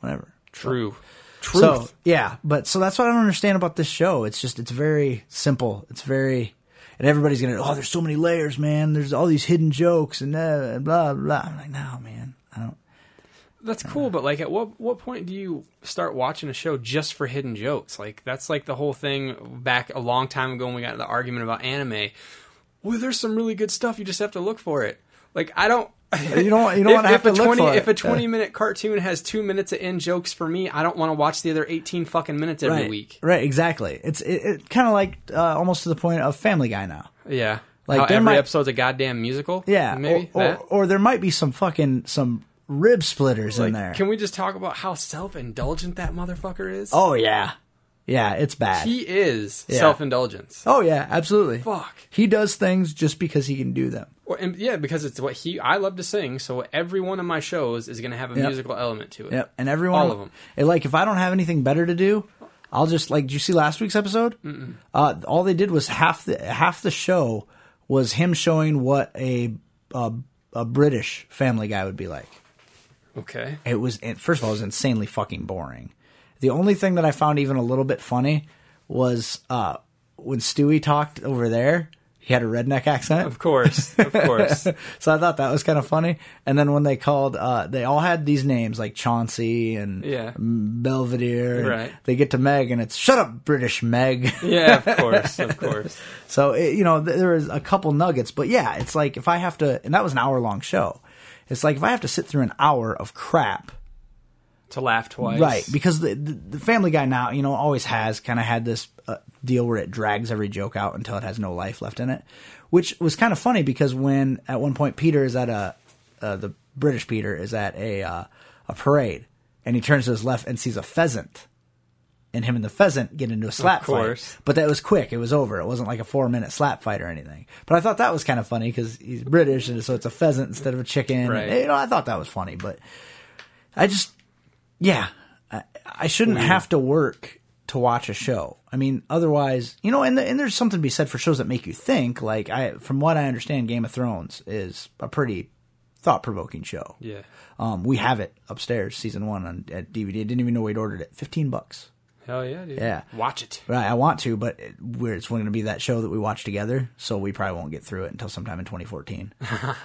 S4: whatever.
S6: True. Truth.
S4: So yeah, but so that's what I don't understand about this show. It's just it's very simple. It's very, and everybody's gonna oh, there's so many layers, man. There's all these hidden jokes and uh, blah blah. I'm like, no, man, I don't.
S6: That's cool, but like, at what what point do you start watching a show just for hidden jokes? Like, that's like the whole thing back a long time ago when we got in the argument about anime. Well, there's some really good stuff. You just have to look for it. Like, I don't.
S4: You don't. You don't
S6: if,
S4: want to have
S6: if
S4: to
S6: a
S4: look
S6: twenty
S4: for
S6: if
S4: it. Uh,
S6: a twenty minute cartoon has two minutes of in jokes for me, I don't want to watch the other eighteen fucking minutes every
S4: right,
S6: week.
S4: Right, exactly. It's it, it kind of like uh, almost to the point of Family Guy now.
S6: Yeah,
S4: Like,
S6: like
S4: there
S6: every
S4: might-
S6: episode's a goddamn musical.
S4: Yeah,
S6: maybe
S4: or, or,
S6: that?
S4: or there might be some fucking some rib splitters in
S6: Like,
S4: there.
S6: Can we just talk about how self indulgent that motherfucker is?
S4: oh yeah, yeah, it's bad.
S6: he is
S4: Yeah.
S6: self indulgence.
S4: oh yeah, absolutely.
S6: Fuck.
S4: He does things just because he can do them.
S6: Or, and yeah, because it's what he. I love to sing, so every one of my shows is going to have a
S4: Yep.
S6: musical element to it.
S4: Yep, and everyone,
S6: All of 'em.
S4: and, like if I don't have anything better to do, I'll just like. Did you see last week's episode? mm Uh, all they did was half the half the show was him showing what a a, a British Family Guy would be like.
S6: Okay.
S4: it was it- first of all it was insanely fucking boring the only thing that i found even a little bit funny was uh when stewie talked over there he had a redneck accent
S6: Of course.
S4: [LAUGHS]
S6: Of course.
S4: so i thought that was kind of funny and then when they called uh they all had these names like chauncey and
S6: Yeah.
S4: belvedere and
S6: Right.
S4: they get to meg and it's shut up british meg [LAUGHS]
S6: yeah. Of course. Of course.
S4: so it, you know, th- there was a couple nuggets, but yeah, it's like if I have to, and that was an hour long show. It's like if I have to sit through an hour of crap,
S6: to laugh twice.
S4: right? Because the, the the Family Guy now, you know, always has kind of had this uh, deal where it drags every joke out until it has no life left in it, which was kind of funny because when at one point Peter is at a uh, the British Peter is at a uh, a parade and he turns to his left and sees a pheasant. And him and the pheasant get into a slap
S6: course.
S4: fight, but that was quick. It was over. It wasn't like a four minute slap fight or anything. But I thought that was kind of funny because he's British, and so it's a pheasant instead of a chicken.
S6: Right.
S4: You know, I thought that was funny, but I just yeah, I, I shouldn't have to work to watch a show. I mean, otherwise, you know, and the, and there's something to be said for shows that make you think. Like I, from what I understand, Game of Thrones is a pretty thought provoking show.
S6: Yeah.
S4: Um, we have it upstairs, season one on at DVD. I didn't even know we'd ordered it. Fifteen bucks.
S6: Hell yeah, dude.
S4: Yeah.
S6: Watch it.
S4: Right, I want to, but it, we're, it's going to be that show that we watch together, so we probably won't get through it until sometime in 2014. Because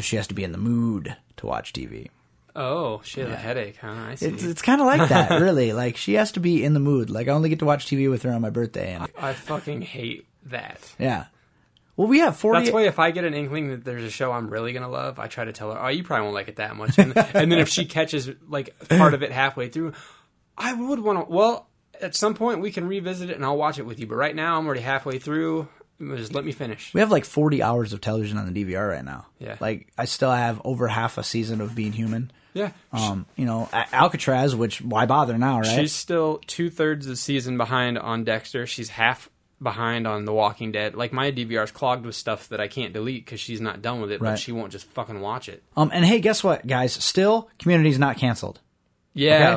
S4: she has to be in the mood to watch TV.
S6: Oh, she has a headache, huh? I see.
S4: It's, it's kind of like
S6: [LAUGHS]
S4: that, really. Like she has to be in the mood. Like I only get to watch TV with her on my birthday, and
S6: I fucking hate that.
S4: yeah. Well, we have forty.
S6: That's why if I get an inkling that there's a show I'm really gonna love, I try to tell her, "Oh, you probably won't like it that
S4: [LAUGHS]
S6: much." And, and then if she catches like part of it halfway through, I would want to. Well, at some point we can revisit it and I'll watch it with you. But right now I'm already halfway through. Just let me finish.
S4: we have like forty hours of television on the DVR right now.
S6: Yeah.
S4: Like I still have over half a season of Being Human.
S6: Yeah,
S4: Um, you know, A- Alcatraz, which why bother now, right?
S6: she's still two thirds of the season behind on Dexter. She's half behind on The Walking Dead. Like my DVR's clogged with stuff that I can't delete because she's not done with it,
S4: Right.
S6: but she won't just fucking watch it.
S4: um, and hey, guess what, guys? Still, Community's not canceled.
S6: Yeah,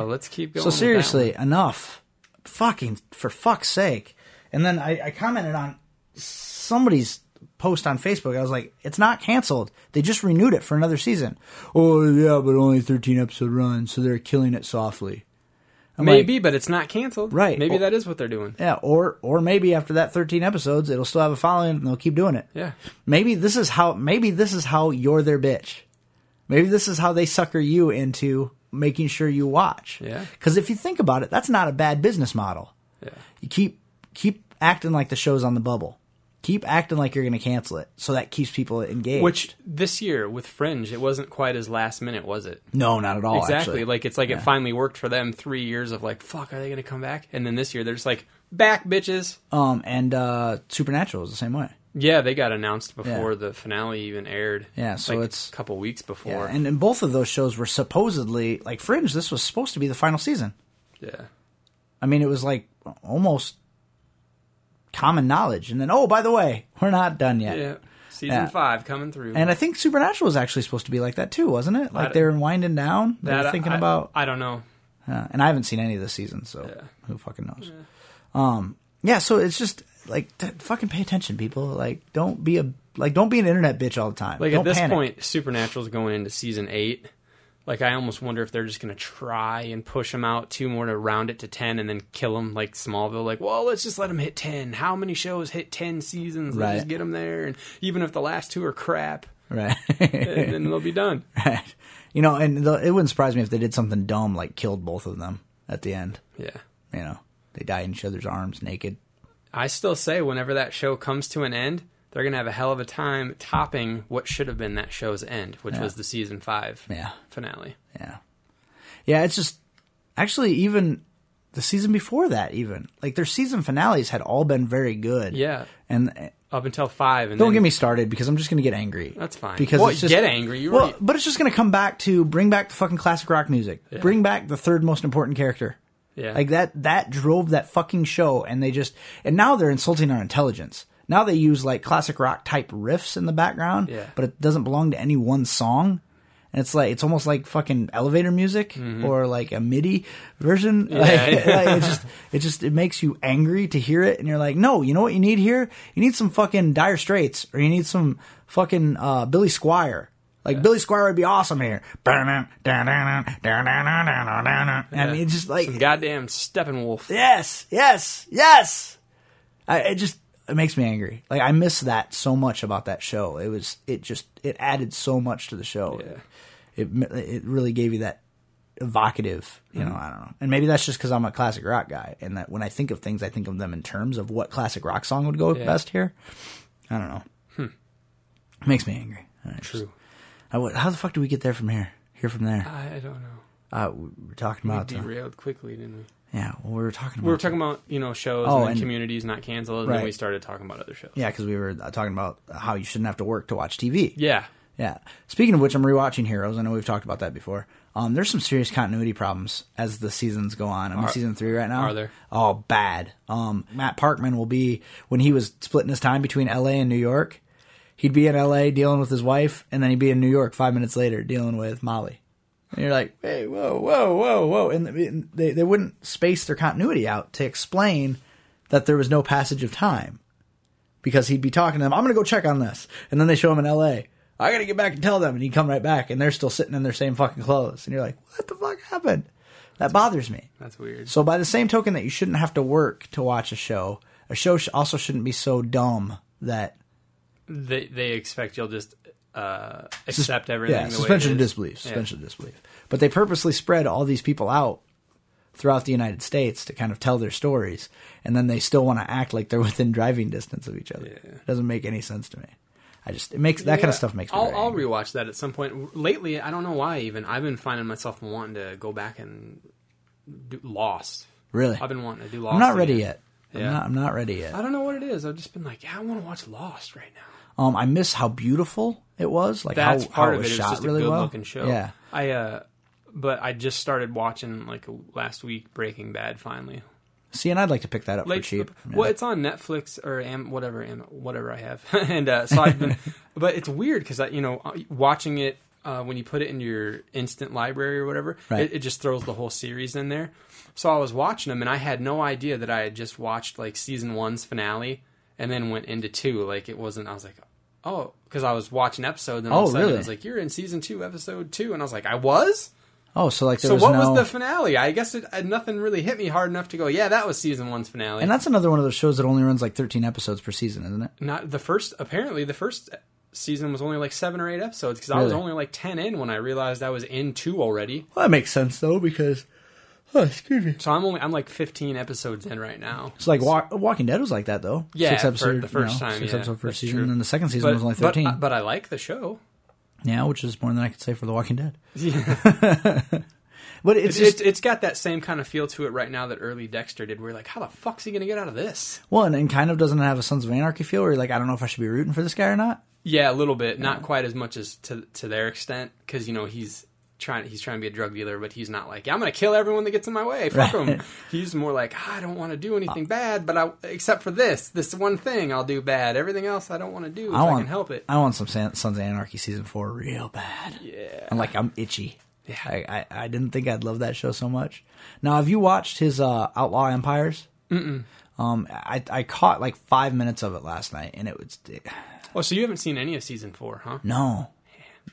S4: Okay?
S6: let's keep going.
S4: So
S6: with that
S4: seriously, enough. Fucking for fuck's sake. And then I, I commented on somebody's post on Facebook. I was like, it's not canceled. They just renewed it for another season. Oh yeah, but only thirteen episode run, so they're killing it softly. I'm
S6: one.
S4: like,
S6: maybe, but it's not canceled.
S4: Right.
S6: Maybe
S4: Well-
S6: that is what they're doing.
S4: yeah, or or maybe after that thirteen episodes it'll still have a following and they'll keep doing it.
S6: Yeah.
S4: Maybe this is how maybe this is how you're their bitch. Maybe this is how they sucker you into making sure you watch.
S6: Yeah.
S4: Cuz if you think about it, that's not a bad business model. Yeah. You keep keep acting like the show's on the bubble. Keep acting like you're going to cancel it so that keeps people engaged.
S6: Which this year with Fringe, it wasn't quite as last minute, was it?
S4: no, not at all
S6: exactly.
S4: Oh, actually.
S6: Like it's like it finally worked for them. Three years of like, fuck, are they going to come back? And then this year they're just like, back, bitches.
S4: um and uh Supernatural is the same way.
S6: Yeah, they got announced before
S4: Yeah.
S6: the finale even aired.
S4: Yeah, so
S6: like
S4: it's-
S6: a couple weeks before.
S4: Yeah, and, and both of those shows were supposedly like Fringe. This was supposed to be the final season.
S6: yeah.
S4: I mean, it was like almost common knowledge. And then, oh, by the way, we're not done yet.
S6: Yeah. Season
S4: Yeah.
S6: five coming through.
S4: And I think Supernatural was actually supposed to be like that too, wasn't it? Like
S6: I-
S4: they were winding down. They
S6: That
S4: were
S6: I-
S4: thinking
S6: I-
S4: about.
S6: I don't know.
S4: Uh, and I haven't seen any of this season, so who fucking knows? Um, yeah. So it's just like t- fucking pay attention, people. Like don't be a like don't be an internet bitch all the time.
S6: Like
S4: Don't
S6: at this
S4: panic.
S6: point, Supernatural's going into season eight. Like I almost wonder if they're just going to try and push him out two more to round it to ten and then kill him like Smallville. Like, well, let's just let him hit ten. How many shows hit ten seasons? Let's
S4: Right.
S6: just get him there, and even if the last two
S4: [LAUGHS]
S6: are crap,
S4: right? [LAUGHS]
S6: then then they'll be done.
S4: right. You know, and the, it wouldn't surprise me if they did something dumb like killed both of them at the end.
S6: Yeah.
S4: You know, they die in each other's arms, naked.
S6: I still say whenever that show comes to an end, they're going to have a hell of a time topping what should have been that show's end, which was the season five
S4: Yeah.
S6: finale.
S4: Yeah. Yeah, it's just actually even the season before that even. Like their season finales had all been very good.
S6: Yeah.
S4: And eh,
S6: Up until five. And
S4: don't
S6: then-
S4: get me started because I'm just going to get angry.
S6: That's fine.
S4: Because
S6: Well,
S4: it's just,
S6: get angry. You
S4: well,
S6: already-
S4: but it's just going to come back to bring back the fucking classic rock music. Bring back the third most important character.
S6: Yeah.
S4: Like that that drove that fucking show and they just and now they're insulting our intelligence. Now they use like classic rock type riffs in the background,
S6: Yeah.
S4: but it doesn't belong to any one song. And it's like it's almost like fucking elevator music or like a MIDI version. Like, [LAUGHS] like, it just it just it makes you angry to hear it and you're like, "No, you know what you need here? You need some fucking Dire Straits or you need some fucking uh, Billy Squire." Like Billy Squire would be awesome here. And it just like
S6: Some goddamn Steppenwolf.
S4: Yes, yes, yes. I, it just it makes me angry. Like I miss that so much about that show. It was it just it added so much to the show. It it really gave you that evocative, you
S6: Mm-hmm.
S4: know, I don't know. And maybe that's just cuz I'm a classic rock guy and that when I think of things I think of them in terms of what classic rock song would go best here. I don't know.
S6: Hmm.
S4: It makes me angry. I just-
S6: True.
S4: I would- how the fuck do we get there from here? Here from there.
S6: I, I don't know.
S4: Uh, we we're talking
S6: We
S4: about uh,
S6: derailed quickly, didn't we?
S4: yeah, well, we were talking about
S6: We were talking about you know shows
S4: Oh,
S6: and, then
S4: and-
S6: communities not canceled, and
S4: Right.
S6: then we started talking about other shows.
S4: Yeah, because we were uh, talking about how you shouldn't have to work to watch TV.
S6: Yeah.
S4: Yeah. Speaking of which, I'm rewatching Heroes. I know we've talked about that before. Um, there's some serious continuity problems as the seasons go on. I'm in season three right now.
S6: are there?
S4: Oh, bad. Um, Matt Parkman will be when he was splitting his time between L.A. and New York. He'd be in L.A. dealing with his wife, and then he'd be in New York five minutes later dealing with Molly. And you're like, hey, whoa, whoa, whoa, whoa, and and they they wouldn't space their continuity out to explain that there was no passage of time because he'd be talking to them. I'm gonna go check on this, and then they show him in L.A. I gotta get back and tell them, and he'd come right back, and they're still sitting in their same fucking clothes, and you're like, what the fuck happened? That bothers me.
S6: That's weird.
S4: So by the same token that you shouldn't have to work to watch a show, a show sh- also shouldn't be so dumb that
S6: They they expect you'll just uh, accept everything.
S4: yeah
S6: the
S4: suspension of
S6: way it is.
S4: disbelief, suspension of disbelief. But they purposely spread all these people out throughout the United States to kind of tell their stories, and then they still want to act like they're [LAUGHS] within driving distance of each other. It doesn't make any sense to me. I just it makes that kind of
S6: Yeah.
S4: stuff makes me.
S6: I'll,
S4: very
S6: I'll
S4: angry.
S6: rewatch that at some point. Lately, I don't know why. Even I've been finding myself wanting to go back and do Lost.
S4: Really?
S6: I've been wanting to do Lost.
S4: I'm not ready
S6: again.
S4: yet.
S6: Yeah.
S4: I'm, not, I'm not ready yet.
S6: I don't know what it is. I've just been like, yeah, I want to watch Lost right now.
S4: Um, I miss how beautiful it was. Like
S6: That's
S4: how, how
S6: part
S4: it
S6: of
S4: was
S6: it. It's
S4: shot
S6: just
S4: really
S6: a good
S4: well.
S6: looking show.
S4: Yeah,
S6: I uh, but I just started watching like last week Breaking Bad finally.
S4: see, and I'd like to pick that up
S6: Late
S4: for cheap. Yeah.
S6: Well, it's on Netflix or am, whatever, am, whatever I have, [LAUGHS] and uh, so
S4: [LAUGHS]
S6: I've been. but it's weird because you know, watching it uh, when you put it in your instant library or whatever,
S4: Right.
S6: it, it just throws the whole series in there. So I was watching them, and I had no idea that I had just watched like season one's finale, and then went into two. Like it wasn't. I was like. Oh, because I was watching episode, and all
S4: Oh,
S6: of a sudden
S4: really?
S6: it was like, "You're in season two, episode two. and I was like, "I was."
S4: oh, so like there
S6: so
S4: was
S6: what
S4: no-
S6: was the finale? I guess it, uh, nothing really hit me hard enough to go, "Yeah, that was season one's finale."
S4: and that's another one of those shows that only runs like 13 episodes per season, isn't it?
S6: not the first apparently the first season was only like seven or eight episodes because i was
S4: Really?
S6: only like 10 in when i realized i was in two already
S4: Well, that makes sense though because oh, excuse me.
S6: so i'm only i'm like 15 episodes in right now
S4: It's like Walk, Walking Dead was like that though.
S6: Yeah,
S4: six
S6: for
S4: episode,
S6: the first
S4: you know,
S6: time,
S4: six
S6: yeah,
S4: episode first
S6: that's
S4: season,
S6: true.
S4: and then the second season
S6: but,
S4: was only
S6: but-
S4: 13.
S6: uh, but i like the show [LAUGHS]
S4: yeah, which is more than I could say for The Walking Dead. [LAUGHS] But
S6: It's
S4: it's
S6: it's,
S4: just
S6: it's got that same kind of feel to it right now that early Dexter did. Where you're like, how the fuck's he gonna get out of this?
S4: one and kind of doesn't have a Sons of Anarchy feel where you're like, I don't know if I should be rooting for this guy or not.
S6: Yeah, a little bit, not quite as much as to to their extent, because you know he's trying he's trying to be a drug dealer, but he's not like I'm gonna kill everyone that gets in my way. Fuck
S4: [LAUGHS]
S6: him. He's more like I don't want to do
S4: Uh.
S6: anything bad, but I except for this this one thing I'll do bad. Everything else I don't want to do if I,
S4: want
S6: can help it.
S4: I want some San- Sons of Anarchy season four real bad. Yeah, I'm like I'm itchy. Yeah, I, I, I didn't think I'd love that show so much. Now, have you watched his uh, Outlaw Empires? Mm-mm. Um, I I caught like five minutes of it last night, and it was
S6: Oh, so you haven't seen any of season four, huh?
S4: no,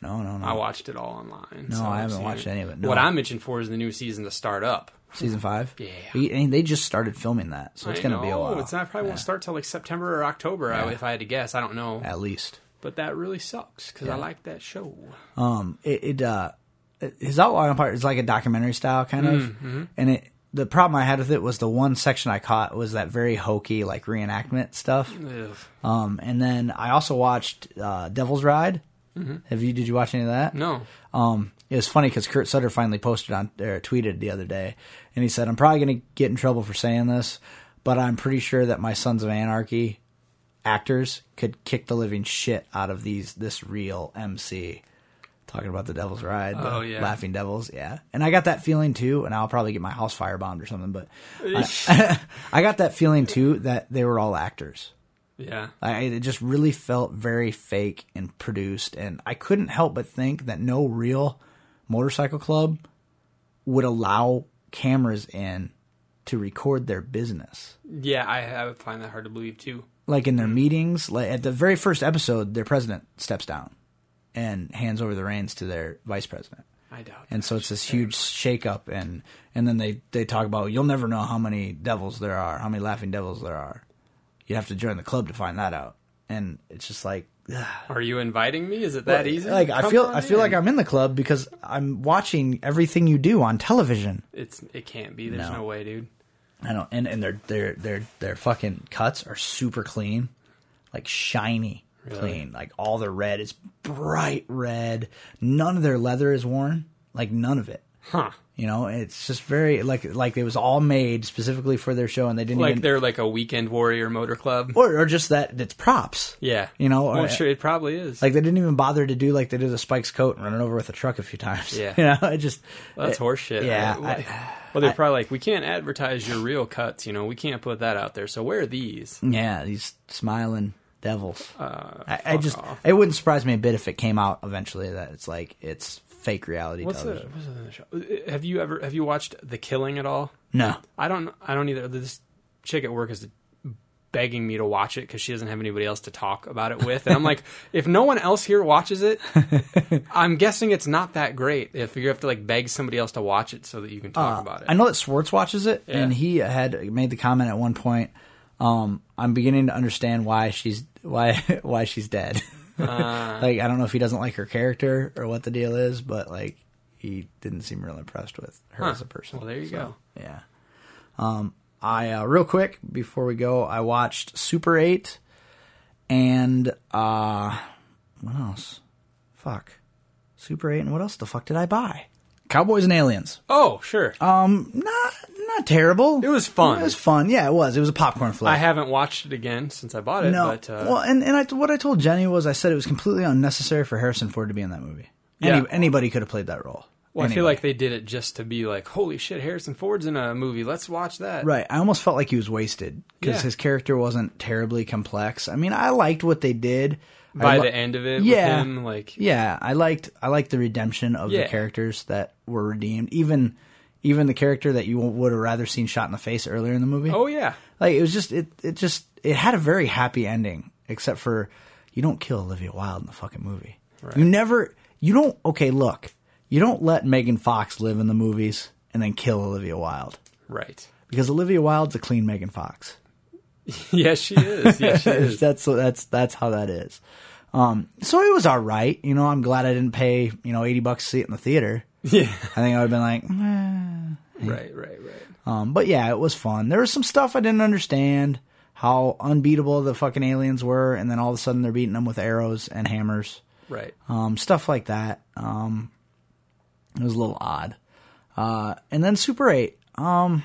S4: no, no, no.
S6: I watched it all online. No,
S4: I haven't watched any of it, no.
S6: What I'm itching for is the new season to start up.
S4: season five.
S6: Yeah.
S4: We- and they just started filming that, so it's
S6: I
S4: gonna be a
S6: know,
S4: while
S6: It's not, probably won't start till like September or October, I- if I had to guess. I don't know.
S4: at least.
S6: But that really sucks because I like that show.
S4: um it, it uh his outline part is like a documentary style kind of and it the problem i had with it was the one section i caught was that very hokey like reenactment stuff
S6: Ugh.
S4: um and then i also watched uh devil's ride have you did you watch any of that
S6: No.
S4: um, it was funny because Kurt Sutter finally posted on or tweeted the other day, and he said, "I'm probably going to get in trouble for saying this, but I'm pretty sure that my Sons of Anarchy actors could kick the living shit out of these this real MC." Talking about the Devil's Ride, the
S6: Oh, yeah.
S4: Laughing Devils, yeah. And I got that feeling too, and I'll probably get my house firebombed or something, but I, [LAUGHS] I got that feeling too that they were all actors.
S6: Yeah.
S4: I, it just really felt very fake and produced, and I couldn't help but think that no real motorcycle club would allow cameras in to record their business.
S6: Yeah, I, I would find that hard to believe too.
S4: Like in their meetings, like at the very first episode, their president steps down and hands over the reins to their vice president.
S6: I doubt.
S4: And so it's this huge shakeup, and and then they they talk about you'll never know how many devils there are, how many laughing devils there are. You have to join the club to find that out, and it's just like
S6: Are you inviting me? Is it that easy?
S4: Like I
S6: Come
S4: feel
S6: on
S4: I feel
S6: in.
S4: like I'm in the club because I'm watching everything you do on television.
S6: It's it can't be. There's no, way, dude.
S4: I don't and and their their their their fucking cuts are super clean, like shiny clean. Like all the red is bright red. None of their leather is worn. Like none of it.
S6: Huh?
S4: You know, it's just very like like it was all made specifically for their show, and they didn't
S6: Like
S4: even
S6: they're like a weekend warrior motor club.
S4: or or just that it's props.
S6: Yeah.
S4: you know,
S6: Well,
S4: or-
S6: sure, it probably is.
S4: Like they didn't even bother to do like they did a Spike's coat and run it over with a truck a few times.
S6: Yeah.
S4: [LAUGHS] you know, it just
S6: Well, that's horseshit.
S4: yeah,
S6: I- well, they're probably like, we can't advertise your real cuts. You know, we can't put that out there. So where are these?
S4: Yeah, these smiling devils.
S6: Uh,
S4: I, I just it wouldn't surprise me a bit if it came out eventually that it's like it's fake reality
S6: What's the,
S4: television.
S6: what's the other show? Uh, Have you ever have you watched The Killing at all?
S4: No,
S6: I don't. I don't either. This chick at work is begging me to watch it because she doesn't have anybody else to talk about it with, and I'm like, [LAUGHS] if no one else here
S4: [LAUGHS]
S6: watches it, I'm guessing it's not that great. If you have to like beg somebody else to watch it so that you can talk about it,
S4: Uh, I know that Swartz watches it, and
S6: Yeah.
S4: he had made the comment at one point. Um, I'm beginning to understand why she's why [LAUGHS] why she's dead.
S6: Uh.
S4: [LAUGHS] like I don't know if he doesn't like her character or what the deal is, but like he didn't seem real impressed with her
S6: Huh.
S4: as a person.
S6: Well, there you
S4: So,
S6: go.
S4: Yeah. Um, I uh, real quick before we go, I watched Super Eight, and uh, what else? Fuck, Super Eight, and what else the fuck did I buy? Cowboys and Aliens.
S6: Oh, sure.
S4: Not not terrible.
S6: It was fun.
S4: It was fun. Yeah, it was. It was a popcorn flick.
S6: I haven't watched it again since I bought it,
S4: no.
S6: but uh,
S4: well, and and I, what I told Jenny was, I said it was completely unnecessary for Harrison Ford to be in that movie. Any,
S6: Yeah.
S4: anybody could have played that role.
S6: well, I feel
S4: Anybody.
S6: like they did it just to be like, holy shit, Harrison Ford's in a movie. Let's watch that.
S4: Right. I almost felt like he was wasted because
S6: Yeah.
S4: his character wasn't terribly complex. I mean, I liked what they did. I
S6: By
S4: li-
S6: the end of it,
S4: Yeah.
S6: with him, like
S4: Yeah, I liked I liked the redemption of the
S6: Yeah.
S4: characters that were redeemed. Even even the character that you would have rather seen shot in the face earlier in the movie.
S6: Oh yeah,
S4: Like it was just it it just it had a very happy ending, except for you don't kill Olivia Wilde in the fucking movie. You never you don't okay, look. You don't let Megan Fox live in the movies and then kill Olivia Wilde.
S6: right. [LAUGHS]
S4: Because Olivia Wilde's a clean Megan Fox.
S6: Yes, she is. Yes,
S4: [LAUGHS]
S6: she is.
S4: that's that's that's how that is. Um, so it was all right. You know, I'm glad I didn't pay you know eighty bucks to see it in the theater.
S6: yeah.
S4: I think I would have been like, "Meh."
S6: Right. Right. Right.
S4: um, but yeah, it was fun. There was some stuff I didn't understand how unbeatable the fucking aliens were, and then all of a sudden they're beating them with arrows and hammers,
S6: Right.
S4: um, stuff like that. Um, it was a little odd. Uh, and then Super 8. Um,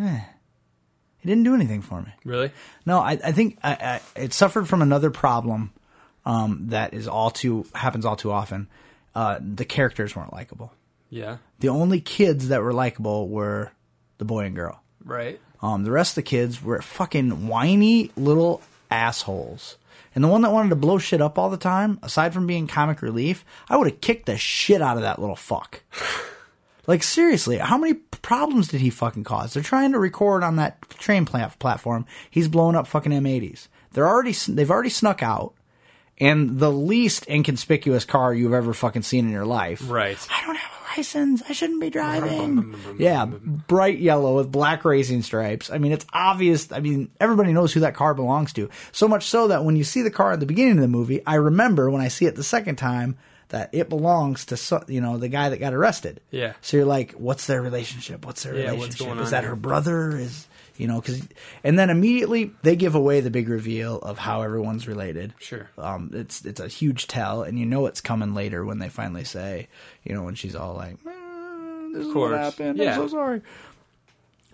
S4: eh, it didn't do anything for me.
S6: Really?
S4: No, I, I think I, I, it suffered from another problem um, that is all too happens all too often. Uh, the characters weren't likable.
S6: Yeah.
S4: The only kids that were likable were the boy and girl.
S6: Right.
S4: Um, the rest of the kids were fucking whiny little assholes. And the one that wanted to blow shit up all the time, aside from being comic relief, I would have kicked the shit out of that little fuck. [LAUGHS] like, seriously, how many problems did he fucking cause? They're trying to record on that train pla- platform. He's blowing up fucking M80s. They're already, they've already snuck out. And the least inconspicuous car you've ever fucking seen in your life.
S6: Right.
S4: I don't have a license. I shouldn't be driving. [LAUGHS] yeah, bright yellow with black racing stripes. I mean, it's obvious. I mean, everybody knows who that car belongs to. So much so that when you see the car at the beginning of the movie, I remember when I see it the second time that it belongs to so, you know the guy that got arrested.
S6: Yeah.
S4: So you're like, what's their relationship? What's their
S6: Yeah, what's
S4: relationship?
S6: going
S4: Is
S6: on
S4: that
S6: here?
S4: her brother? Is you know because and then immediately they give away the big reveal of how everyone's related
S6: Sure.
S4: um, it's it's a huge tell, and you know it's coming later when they finally say, you know, when she's all like, "Man, "This is what
S6: course.
S4: happened.
S6: Yeah.
S4: I'm so sorry."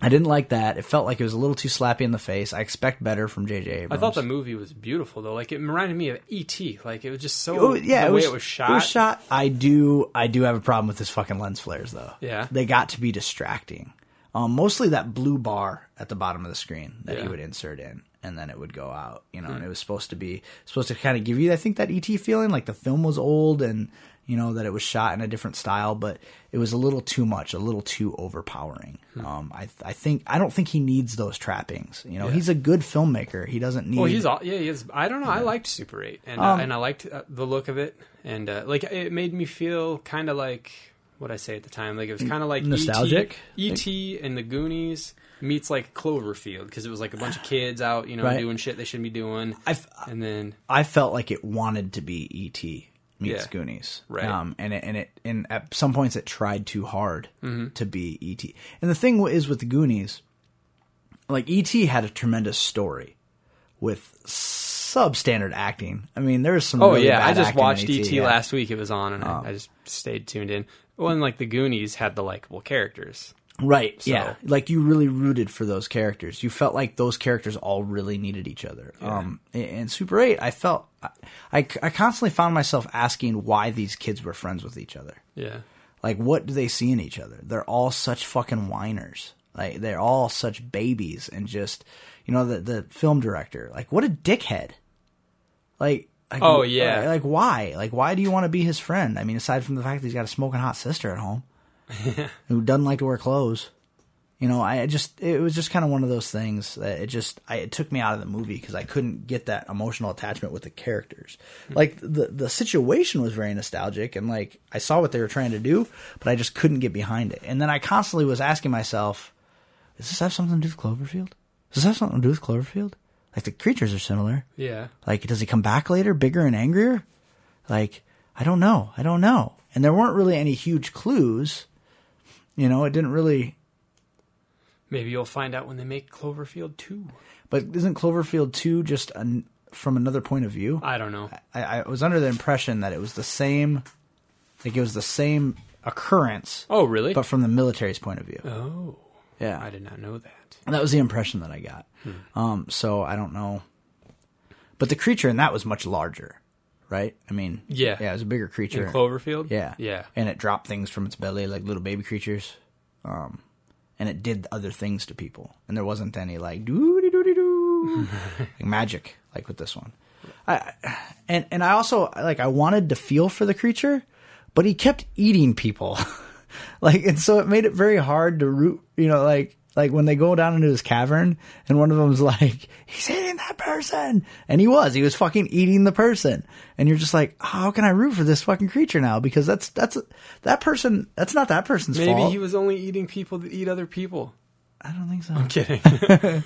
S4: I didn't like that. It felt like it was a little too slappy in the face. I expect better from J.J.
S6: I
S4: Abrams.
S6: thought the movie was beautiful though. Like it reminded me of E.T. Like it was just so
S4: Oh, yeah,
S6: the
S4: it
S6: way
S4: was,
S6: it was shot.
S4: It was shot. I do. I do have a problem with his fucking lens flares, though.
S6: Yeah.
S4: they got to be distracting. Um, mostly that blue bar at the bottom of the screen that he
S6: Yeah. Hmm.
S4: would insert in, and then it would go out. You know, and it was supposed to be supposed to kind of give you, I think, that ET feeling, like the film was old and you know that it was shot in a different style, but it was a little too much, a little too overpowering.
S6: Hmm.
S4: Um, I, I think, I don't think he needs those trappings. You know, he's a good filmmaker. He doesn't need.
S6: Well, he's all, yeah, he is. I don't know. I liked Super Eight, and
S4: Um,
S6: uh, and I liked uh, the look of it, and uh, like it made me feel kind of like what I say at the time. Like it was kind of like E
S4: Nostalgic?
S6: ET, ET and the Goonies meets like Cloverfield because it was like
S4: [SIGHS]
S6: a bunch of kids out, you know,
S4: Right. uh,
S6: doing shit they shouldn't be doing.
S4: I f-
S6: and then
S4: I felt like it wanted to be E.T. meets
S6: Yeah.
S4: Goonies,
S6: Right.
S4: Um, and it, and it and at some points it tried too hard
S6: Mm-hmm.
S4: to be E.T. And the thing is with the Goonies, like E.T. had a tremendous story with substandard acting. I mean, there was some.
S6: oh
S4: really
S6: yeah,
S4: bad
S6: I just
S4: acting in E
S6: watched ET,
S4: yeah.
S6: last week. It was on, and I, I just stayed tuned in. Well, and like the Goonies had the likable characters.
S4: Right. Yeah. Like you really rooted for those characters. You felt like those characters all really needed each other. Um, in, in Super 8, I felt, I, I, I constantly found myself asking why these kids were friends with each other.
S6: Yeah,
S4: Like, what do they see in each other? They're all such fucking whiners. Like, they're all such babies and just, you know, the, the film director. Like, what a dickhead. Like, like
S6: Oh, yeah.
S4: Like, like, why? Like, why do you want to be his friend? I mean, aside from the fact that he's got a smoking hot sister at
S6: [LAUGHS]
S4: home who doesn't like to wear clothes. You know, I just, it was just kind of one of those things that it just, I, it took me out of the movie because I couldn't get that emotional attachment with the characters. Like, the, the situation was very nostalgic and like I saw what they were trying to do, but I just couldn't get behind it. And then I constantly was asking myself, does this have something to do with Cloverfield? Does this have something to do with Cloverfield? Like, the creatures are similar.
S6: yeah.
S4: Like, does he come back later, bigger and angrier? Like, I don't know. I don't know. And there weren't really any huge clues. You know, it didn't really.
S6: Maybe you'll find out when they make Cloverfield two.
S4: But isn't Cloverfield 2 just an, from another point of view?
S6: I don't know.
S4: I, I was under the impression that it was the same. Like, it was the same occurrence,
S6: Oh really?
S4: but from the military's point of view.
S6: oh,
S4: yeah.
S6: I Hmm. did not know that.
S4: And that was the impression that I got. Um, so I don't know. But the creature in that was much larger, right? I mean,
S6: Yeah.
S4: yeah, it was a bigger creature.
S6: In Cloverfield?
S4: Yeah.
S6: Yeah.
S4: And it dropped things from its belly like little baby creatures. Um and it did other things to people. And there wasn't any like doo doo doo
S6: [LAUGHS]
S4: doo like magic like with this one. I and and I also like I wanted to feel for the creature, but he kept eating people. [LAUGHS] like and so it made it very hard to root, you know, like like when they go down into his cavern and one of them's [LAUGHS] like he's eating that person and he was he was fucking eating the person and you're just like how can i root for this fucking creature now because that's that's that person that's not that person's
S6: Maybe
S4: fault
S6: he was only eating people that eat other people.
S4: i don't think so
S6: Kidding.
S4: [LAUGHS]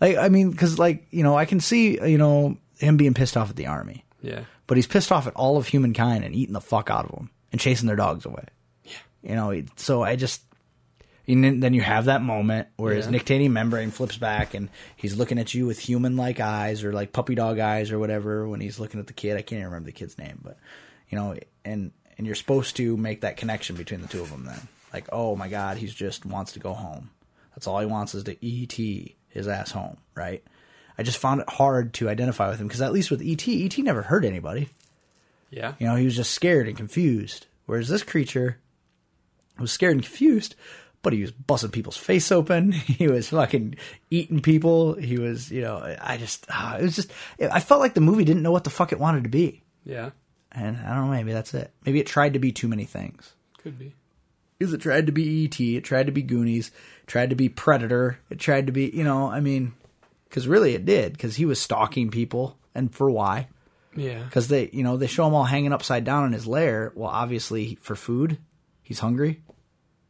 S4: like i mean because like you know i can see you know him being pissed off at the army
S6: yeah.
S4: but he's pissed off at all of humankind and eating the fuck out of them and chasing their dogs away. Yeah. You know, it- so I just. And then- then you have that moment where his
S6: Yeah.
S4: nictitating membrane flips back and he's looking at you with human like eyes or like puppy dog eyes or whatever when he's looking at the kid. I can't even remember the kid's name, but, you know, and. And you're supposed to make that connection between the two of them then. Like, oh my God, he's just wants to go home. That's all he wants is to ET his ass home, right? I just found it hard to identify with him because at least with E ET, ET never hurt anybody.
S6: Yeah.
S4: You know, he was just scared and confused. Whereas this creature was scared and confused, but he was busting people's face open. [LAUGHS] He was fucking eating people. He was, you know, I just, ah, it was just, I felt like the movie didn't know what the fuck it wanted to be.
S6: Yeah.
S4: And I don't know, maybe that's it. Maybe it tried to be too many things.
S6: Could be.
S4: Because it tried to be E.T., it tried to be Goonies, it tried to be Predator, it tried to be, you know, I mean, because really it did, because he was stalking people, and for why?
S6: Yeah.
S4: because they you know they show him all hanging upside down in his lair well obviously for food he's hungry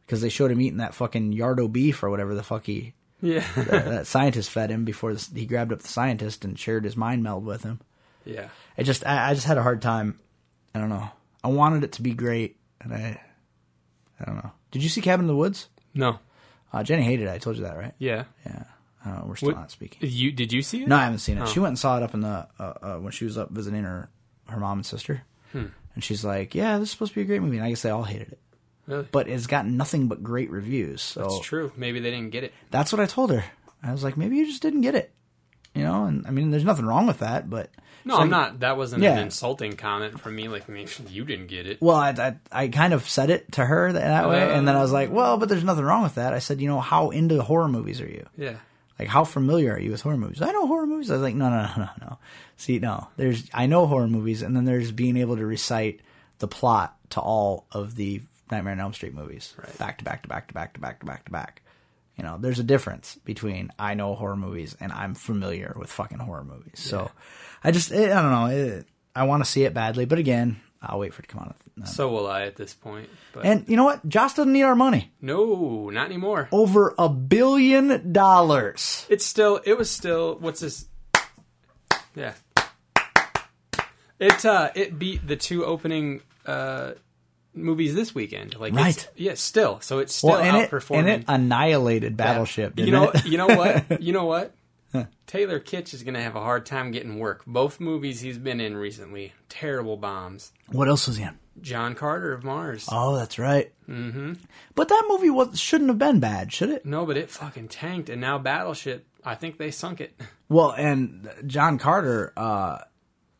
S4: because they showed him eating that fucking yardo beef or whatever the fuck he
S6: Yeah.
S4: [LAUGHS] that, that scientist fed him before this, he grabbed up the scientist and shared his mind meld with him
S6: yeah.
S4: it just I, I just had a hard time i don't know i wanted it to be great and i i don't know did you see cabin in the woods
S6: No.
S4: uh, jenny hated it i told you that right
S6: Yeah.
S4: yeah uh, we're still
S6: What-
S4: not speaking
S6: You did you see it?
S4: No, I haven't seen it. She went and saw it up in the uh, uh, when she was up visiting her her mom and sister,
S6: Hmm.
S4: and she's like, "Yeah, this is supposed to be a great movie." And I guess they all hated it,
S6: Really?
S4: but it's gotten nothing but great reviews. So
S6: It's true. Maybe they didn't get it.
S4: that's what I told her. I was like, "Maybe you just didn't get it," you know. And I mean, there's nothing wrong with that, but
S6: No,
S4: so-
S6: I'm not. That wasn't
S4: Yeah.
S6: an insulting comment from me. Like, I mean, you didn't get it.
S4: Well, I, I, I kind of said it to her that, that way, and then I was like,
S6: Uh.
S4: "Well, but there's nothing wrong with that." I said, "You know, how into horror movies are you?"
S6: Yeah.
S4: Like, how familiar are you with horror movies? I know horror movies. I was like, no, no, no, no, no. See, no, there's, I know horror movies, and then there's being able to recite the plot to all of the Nightmare on Elm Street movies, right. back to back to back to back to back to back to back. You know, there's a difference between I know horror movies and I'm familiar with fucking horror movies. So, I just, eh, I don't know. It, I want to see it badly, but again, I'll wait for it to come out.
S6: So will I at this point. But
S4: And you know what? Joss doesn't need our money.
S6: no, not anymore.
S4: Over a billion dollars.
S6: It's still. It was still. What's this? Yeah. It uh, it beat the two opening uh, movies this weekend. Like it's-
S4: Right.
S6: Yeah. Still. So it's still
S4: well, and it,
S6: outperforming.
S4: and it annihilated Battleship.
S6: You
S4: didn't
S6: know,
S4: it? [LAUGHS]
S6: you know what? You know what? Taylor Kitsch is going to have a hard time getting work. Both movies he's been in recently, terrible bombs.
S4: what else was he in?
S6: John Carter of Mars.
S4: Oh, that's right. Mm-hmm. But that movie was, shouldn't have been bad, should it?
S6: No, but it fucking tanked, and now Battleship. I think they sunk it.
S4: Well, and John Carter, uh,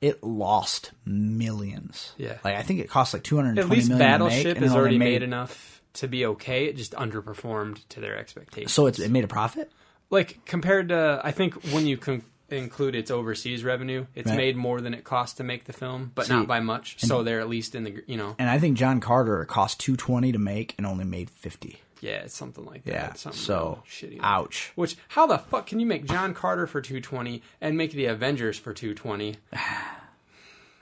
S4: it lost millions.
S6: Yeah.
S4: like I think it cost like two hundred.
S6: At least Battleship
S4: and
S6: has
S4: it only
S6: already made enough to be okay. It just underperformed to their expectations.
S4: So it's, it made a profit.
S6: like compared to, I think when you con- include its overseas revenue, it's
S4: Right.
S6: made more than it cost to make the film, but
S4: See,
S6: not by much. So they're at least in the gr- you know
S4: And I think John Carter cost two twenty to make and only made fifty.
S6: yeah it's something like
S4: Yeah,
S6: that. Something
S4: so
S6: real shitty. like
S4: ouch.
S6: Which how the fuck can you make John Carter for 220 and make the Avengers for 220?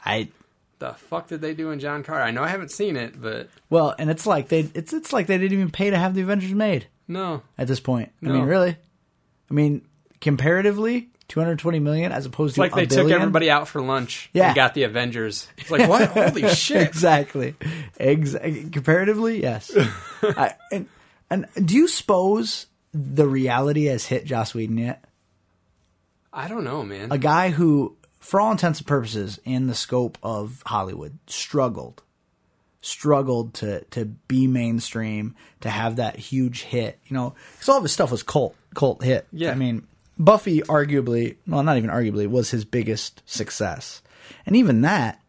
S4: I
S6: The fuck did they do in John Carter? I know I haven't seen it, but
S4: well, and it's like they it's it's like they didn't even pay to have the Avengers made.
S6: no.
S4: at this point. I
S6: No.
S4: mean, really? I mean, comparatively, 220 million as opposed
S6: It's
S4: to
S6: like
S4: a
S6: they took
S4: billion?
S6: everybody out for lunch
S4: Yeah.
S6: and got the Avengers. It's like what? Holy shit.
S4: [LAUGHS] Exactly. Exactly. Comparatively,
S6: [LAUGHS]
S4: yes. I, and, and do you suppose the reality has hit Joss Whedon yet?
S6: I don't know, man.
S4: A guy who, for all intents and purposes, in the scope of Hollywood, struggled, struggled to to be mainstream, to have that huge hit. You know, because all of his stuff was cult cult hit.
S6: Yeah.
S4: I mean, Buffy arguably, well, not even arguably, was his biggest success, and even that,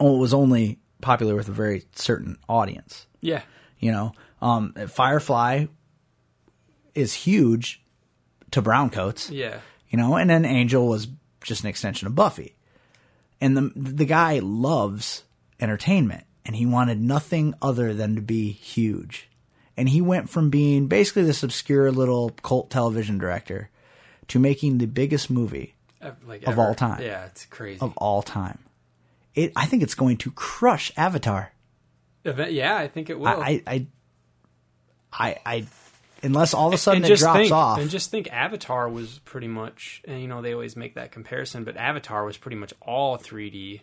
S4: oh, it was only popular with a very certain audience
S6: yeah.
S4: you know um firefly is huge to browncoats
S6: Yeah.
S4: you know and then angel was just an extension of buffy and the the guy loves entertainment and he wanted nothing other than to be huge and he went from being basically this obscure little cult television director to making the biggest movie
S6: Ev- Uh, Like
S4: Of
S6: ever.
S4: all time.
S6: Yeah, it's crazy.
S4: of all time it i think it's going to crush avatar
S6: Eve- yeah, I think it will.
S4: I, I, I, I, unless all of a sudden
S6: and
S4: it
S6: just
S4: drops
S6: think,
S4: off.
S6: and just think, Avatar was pretty much, and you know they always make that comparison, but Avatar was pretty much all 3D,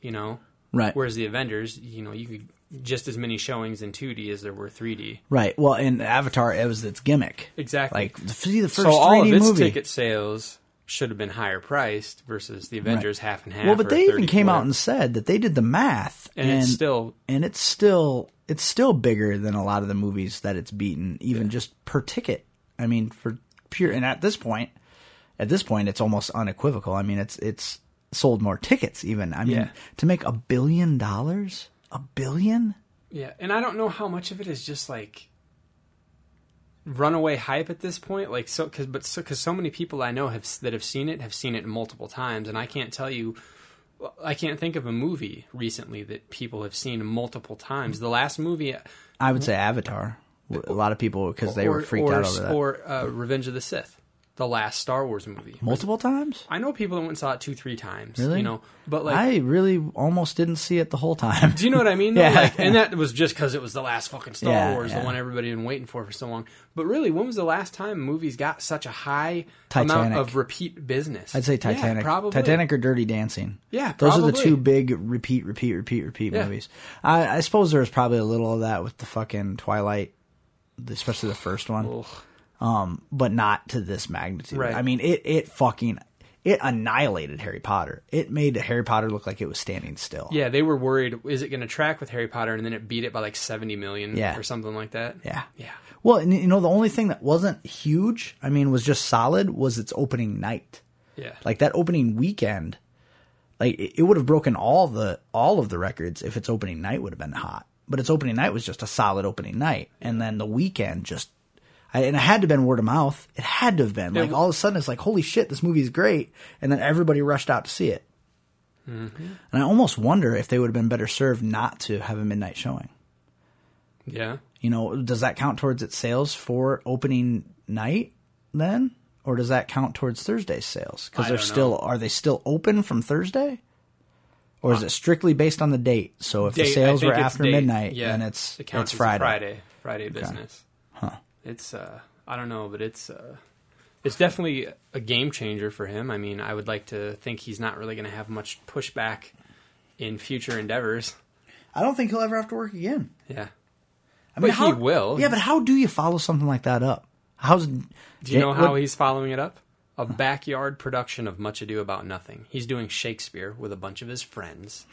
S6: you know.
S4: right.
S6: Whereas the Avengers, you know, you could just as many showings in 2D as there were 3D.
S4: right. Well, in Avatar, it was its gimmick.
S6: Exactly.
S4: Like, the- see the first
S6: so all
S4: 3D
S6: of its
S4: movie.
S6: ticket sales should have been higher priced versus the Avengers half and half.
S4: well, but
S6: or
S4: they even
S6: 30,
S4: came out
S6: whatever.
S4: and said that they did the math,
S6: and, it's still
S4: and it's still it's still bigger than a lot of the movies that it's beaten, even just per ticket. I mean, for pure and at this point, at this point, it's almost unequivocal. I mean, it's it's sold more tickets even. I mean,
S6: Yeah.
S4: to make a billion dollars, a billion.
S6: Yeah, and I don't know how much of it is just like runaway hype at this point. Like so, cause, but so, cause so many people I know have s- that have seen it have seen it multiple times, and I can't tell you, I can't think of a movie recently that people have seen multiple times. The last movie,
S4: I would say Avatar. A lot of people because they
S6: Mm-hmm. or,
S4: were freaked
S6: or,
S4: out over that
S6: or uh, Revenge of the Sith, the last Star Wars movie.
S4: multiple times.
S6: I know people that went and saw it two, three times.
S4: Really?
S6: You know, but like
S4: I really almost didn't see it the whole time.
S6: Do you know what I mean? though?
S4: Yeah.
S6: Like, and that was just because it was the last fucking Star
S4: Yeah,
S6: Wars,
S4: yeah.
S6: the one everybody had been waiting for for so long. But really, when was the last time movies got such a high amount
S4: Titanic.
S6: of repeat
S4: [LAUGHS]
S6: business?
S4: I'd say
S6: Yeah,
S4: Titanic,
S6: probably.
S4: Titanic or Dirty Dancing.
S6: Yeah,
S4: those are the
S6: probably.
S4: two big repeat, repeat, repeat, repeat
S6: Yeah.
S4: movies. I, I suppose there was probably a little of that with the fucking Twilight, especially the first one, Um,
S6: Ugh.
S4: but not to this magnitude.
S6: Right.
S4: I mean, it it fucking it annihilated Harry Potter. It made Harry Potter look like it was standing still.
S6: Yeah, they were worried, is it going to track with Harry Potter? And then it beat it by like 70 million
S4: Yeah.
S6: or something like that.
S4: Yeah.
S6: Yeah.
S4: Well, and you know, the only thing that wasn't huge, I mean, was just solid, was its opening night.
S6: Yeah.
S4: like that opening weekend like it it would have broken all the all of the records if its opening night would have been hot but its opening night was just a solid opening night and then the weekend just I, and it had to have been word of mouth it had to have been like all of a sudden it's like holy shit this movie's great and then everybody rushed out to see it and i almost wonder if they would have been better served not to have a midnight showing
S6: Yeah.
S4: you know does that count towards its sales for opening night then or does that count towards thursday's sales because
S6: I
S4: they're
S6: don't know.
S4: still are they still open from thursday or is it strictly based on the date so if the
S6: Uh, Date- I
S4: sales
S6: think
S4: were
S6: it's
S4: after
S6: date.
S4: midnight
S6: yeah.
S4: then it's
S6: it
S4: it's
S6: counts as a
S4: friday.
S6: Friday. Friday business. Huh. It's, uh, I don't know, but it's, uh, it's definitely a game changer for him. I mean, I would like to think he's not really going to have much pushback in future endeavors.
S4: i don't think he'll ever have to work again
S6: Yeah.
S4: i
S6: But he will.
S4: yeah but how do you follow something like that up how's do
S6: Do you know how he's following it up? A backyard production of Much Ado About Nothing. He's doing Shakespeare with a bunch of his friends.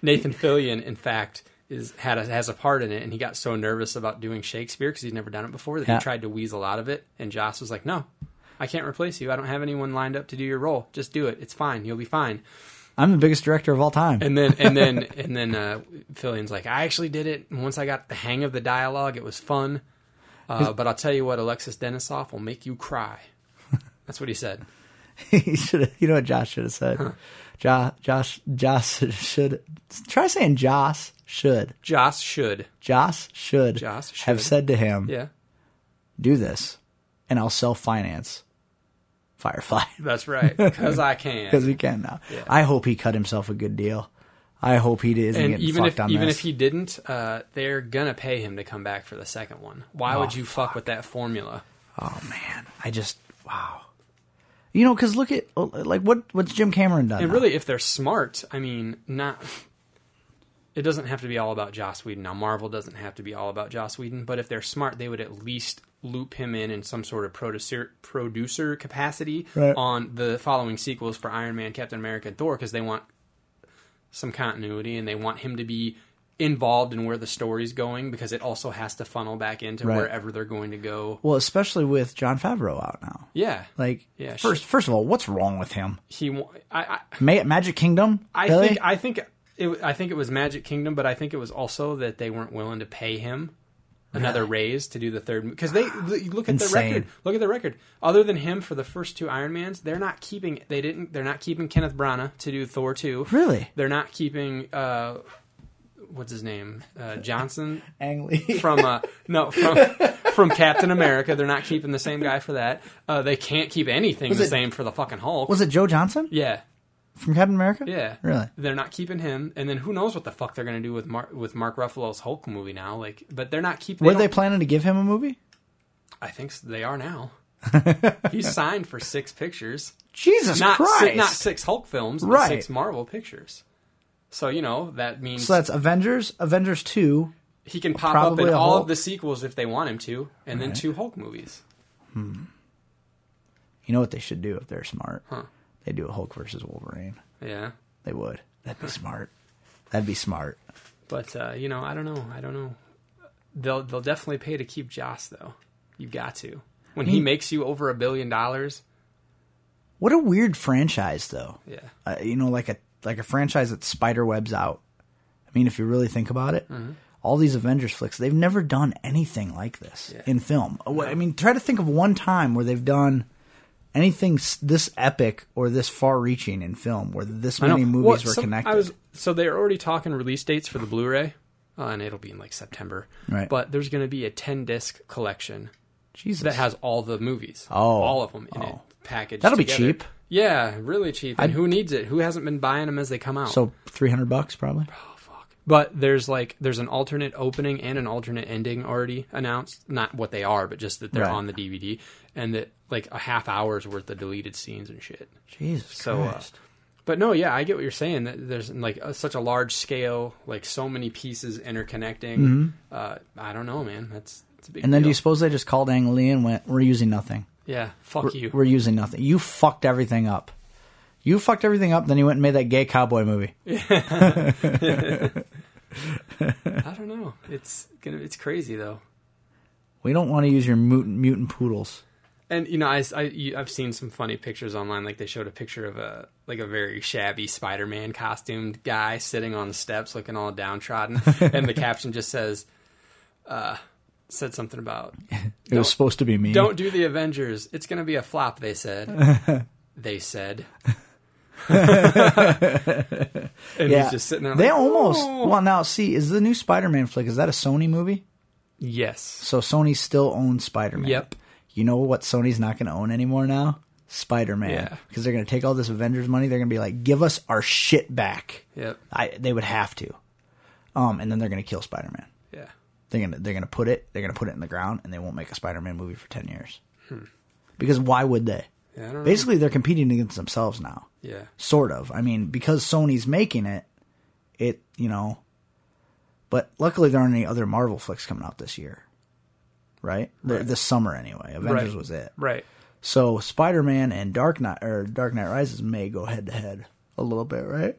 S6: Nathan Fillion, in fact, is had a, has a part in it, and he got so nervous about doing Shakespeare because he'd never done it before that
S4: Yeah.
S6: he tried to weasel out of it. And Joss was like, "No, I can't replace you. I don't have anyone lined up to do your role. Just do it. It's fine. You'll be fine."
S4: i'm the biggest director of all time
S6: And then and then and then uh, Fillion's like, I actually did it. And once I got the hang of the dialogue, it was fun. Uh, but I'll tell you what, Alexis Denisov will make you cry. That's what he said.
S4: [LAUGHS] he should have, you know what Josh should have said? Jo- Josh, Josh should, try saying Josh should.
S6: Joss should.
S4: Joss should,
S6: Joss should.
S4: have said to him,
S6: Yeah,
S4: "Do this, and I'll self finance Firefly [LAUGHS]
S6: that's right. Because I can.
S4: because we can now." I hope he cut himself a good deal. I hope he isn't
S6: and
S4: getting
S6: even
S4: fucked
S6: if
S4: on
S6: even
S4: this.
S6: if he didn't, uh, they're gonna pay him to come back for the second one. Why would you fuck with that formula?
S4: oh man, I just wow. You know, because look at like what what's Jim Cameron done?
S6: And
S4: now?
S6: really, if they're smart, I mean, not. It doesn't have to be all about Joss Whedon. Now, Marvel doesn't have to be all about Joss Whedon, but if they're smart, they would at least loop him in in some sort of producer producer capacity
S4: Right.
S6: on the following sequels for Iron Man, Captain America, and Thor, because they want some continuity and they want him to be involved in where the story's going because it also has to funnel back into
S4: Right.
S6: wherever they're going to go.
S4: well, especially with John Favreau out now.
S6: Yeah,
S4: Like,
S6: Yeah,
S4: first, first of all, what's wrong with him?
S6: he. wa- I, I
S4: Ma- Magic Kingdom?
S6: I
S4: Really?
S6: think I think it, I think it was Magic Kingdom, but I think it was also that they weren't willing to pay him another raise to do the third
S4: [GASPS]
S6: because they you look at the
S4: Insane.
S6: record. Look at the record. Other than him for the first two Iron Mans, they're not keeping. They didn't. They're not keeping Kenneth Branagh to do Thor two.
S4: Really?
S6: They're not keeping. Uh, what's his name?
S4: [LAUGHS]
S6: Uh, Johnson
S4: Ang Lee. [LAUGHS]
S6: from uh, no from from Captain America. They're not keeping the same guy for that. Uh, they can't keep anything the
S4: it-
S6: same for the fucking Hulk.
S4: Was it Joe Johnson
S6: yeah.
S4: from Captain America?
S6: Yeah,
S4: Really?
S6: They're not keeping him, and then who knows what the fuck they're gonna do with Mark with Mark Ruffalo's Hulk movie now? Like, but they're not keeping.
S4: Were they
S6: don't-
S4: planning to give him a movie?
S6: I think s- they are now.
S4: [LAUGHS]
S6: He's signed for six pictures,
S4: Jesus
S6: not si-
S4: Christ!
S6: not six Hulk films, but
S4: Right.
S6: six Marvel pictures. So you know that means
S4: So that's Avengers, Avengers Two.
S6: he can pop up
S4: probably
S6: in
S4: a
S6: all
S4: Hulk.
S6: of the sequels if they want him to, and then two Hulk movies.
S4: You know what they should do if they're smart? They do a Hulk versus Wolverine.
S6: Yeah,
S4: They would. That'd be smart. That'd be smart.
S6: But uh, you know, I don't know. I don't know. They'll they'll definitely pay to keep Joss though. You got to when
S4: Hmm.
S6: he makes you over a billion dollars.
S4: What a weird franchise, though.
S6: Yeah,
S4: Uh, you know, like a like a franchise that spider webs out. I mean, if you really think about it,
S6: Mm-hmm.
S4: all these Avengers flicks, they've never done anything like this in film. Uh, what- I mean, try to think of one time where they've done anything s- this epic or this far-reaching in film, where this
S6: I know.
S4: many movies
S6: Well,
S4: were
S6: some-
S4: connected.
S6: I was so they're already talking release dates for the Blu-ray, uh, and it'll be in like September.
S4: Right.
S6: But there's going to be a ten disc collection
S4: Jesus,
S6: that has all the movies.
S4: Oh.
S6: all of them in it
S4: Oh.
S6: packaged.
S4: That'll be
S6: together.
S4: cheap.
S6: Yeah, really cheap. And who needs it? Who hasn't been buying them as they come out?
S4: so three hundred bucks probably.
S6: But there's like there's an alternate opening and an alternate ending already announced. Not what they are, but just that they're
S4: Right.
S6: on the DVD and that like a half hour's worth of deleted scenes and shit.
S4: Jesus
S6: So, uh,
S4: Christ.
S6: but no, yeah, I get what you're saying. That there's like a, such a large scale, like so many pieces interconnecting. Uh, I don't know, man. That's it's a big.
S4: Mm-hmm. and then do
S6: deal.
S4: you suppose they just called Ang Lee and went, "We're using nothing.
S6: yeah, fuck
S4: We're,
S6: you.
S4: we're using nothing. You fucked everything up. You fucked everything up." Then he went and made that gay cowboy movie.
S6: I don't know. It's gonna it's crazy though.
S4: We don't want to use your mutant, mutant poodles.
S6: And you know, I, have seen some funny pictures online. Like they showed a picture of a like a very shabby Spider-Man costumed guy sitting on the steps, looking all downtrodden,
S4: [LAUGHS]
S6: and the caption just says, uh, "said something about
S4: It was supposed to be me.
S6: don't do the Avengers. It's gonna be a flop." They said. [LAUGHS] they said. and
S4: Yeah.
S6: he's just sitting there.
S4: They
S6: like,
S4: almost.
S6: "Oh."
S4: Well, now see, is the new Spider-Man flick? Is that a Sony movie?
S6: yes.
S4: So Sony still owns Spider-Man.
S6: Yep.
S4: You know what Sony's not going to own anymore now? Spider-Man.
S6: Yeah.
S4: Because they're going to take all this Avengers money. They're going to be like, give us our shit back.
S6: Yep.
S4: I, they would have to. Um, and then they're going to kill Spider-Man.
S6: Yeah.
S4: They're gonna they're gonna put it they're gonna put it in the ground and they won't make a Spider-Man movie for ten years. Because why would they?
S6: Yeah. I don't know.
S4: Basically, they're competing against themselves now.
S6: Yeah.
S4: sort of. I mean, because Sony's making it, it you know. But luckily, there aren't any other Marvel flicks coming out this year, right? The This summer, anyway. Avengers
S6: Right.
S4: was it.
S6: Right.
S4: So Spider Man and Dark Knight or Dark Knight Rises may go head to head a little bit, right?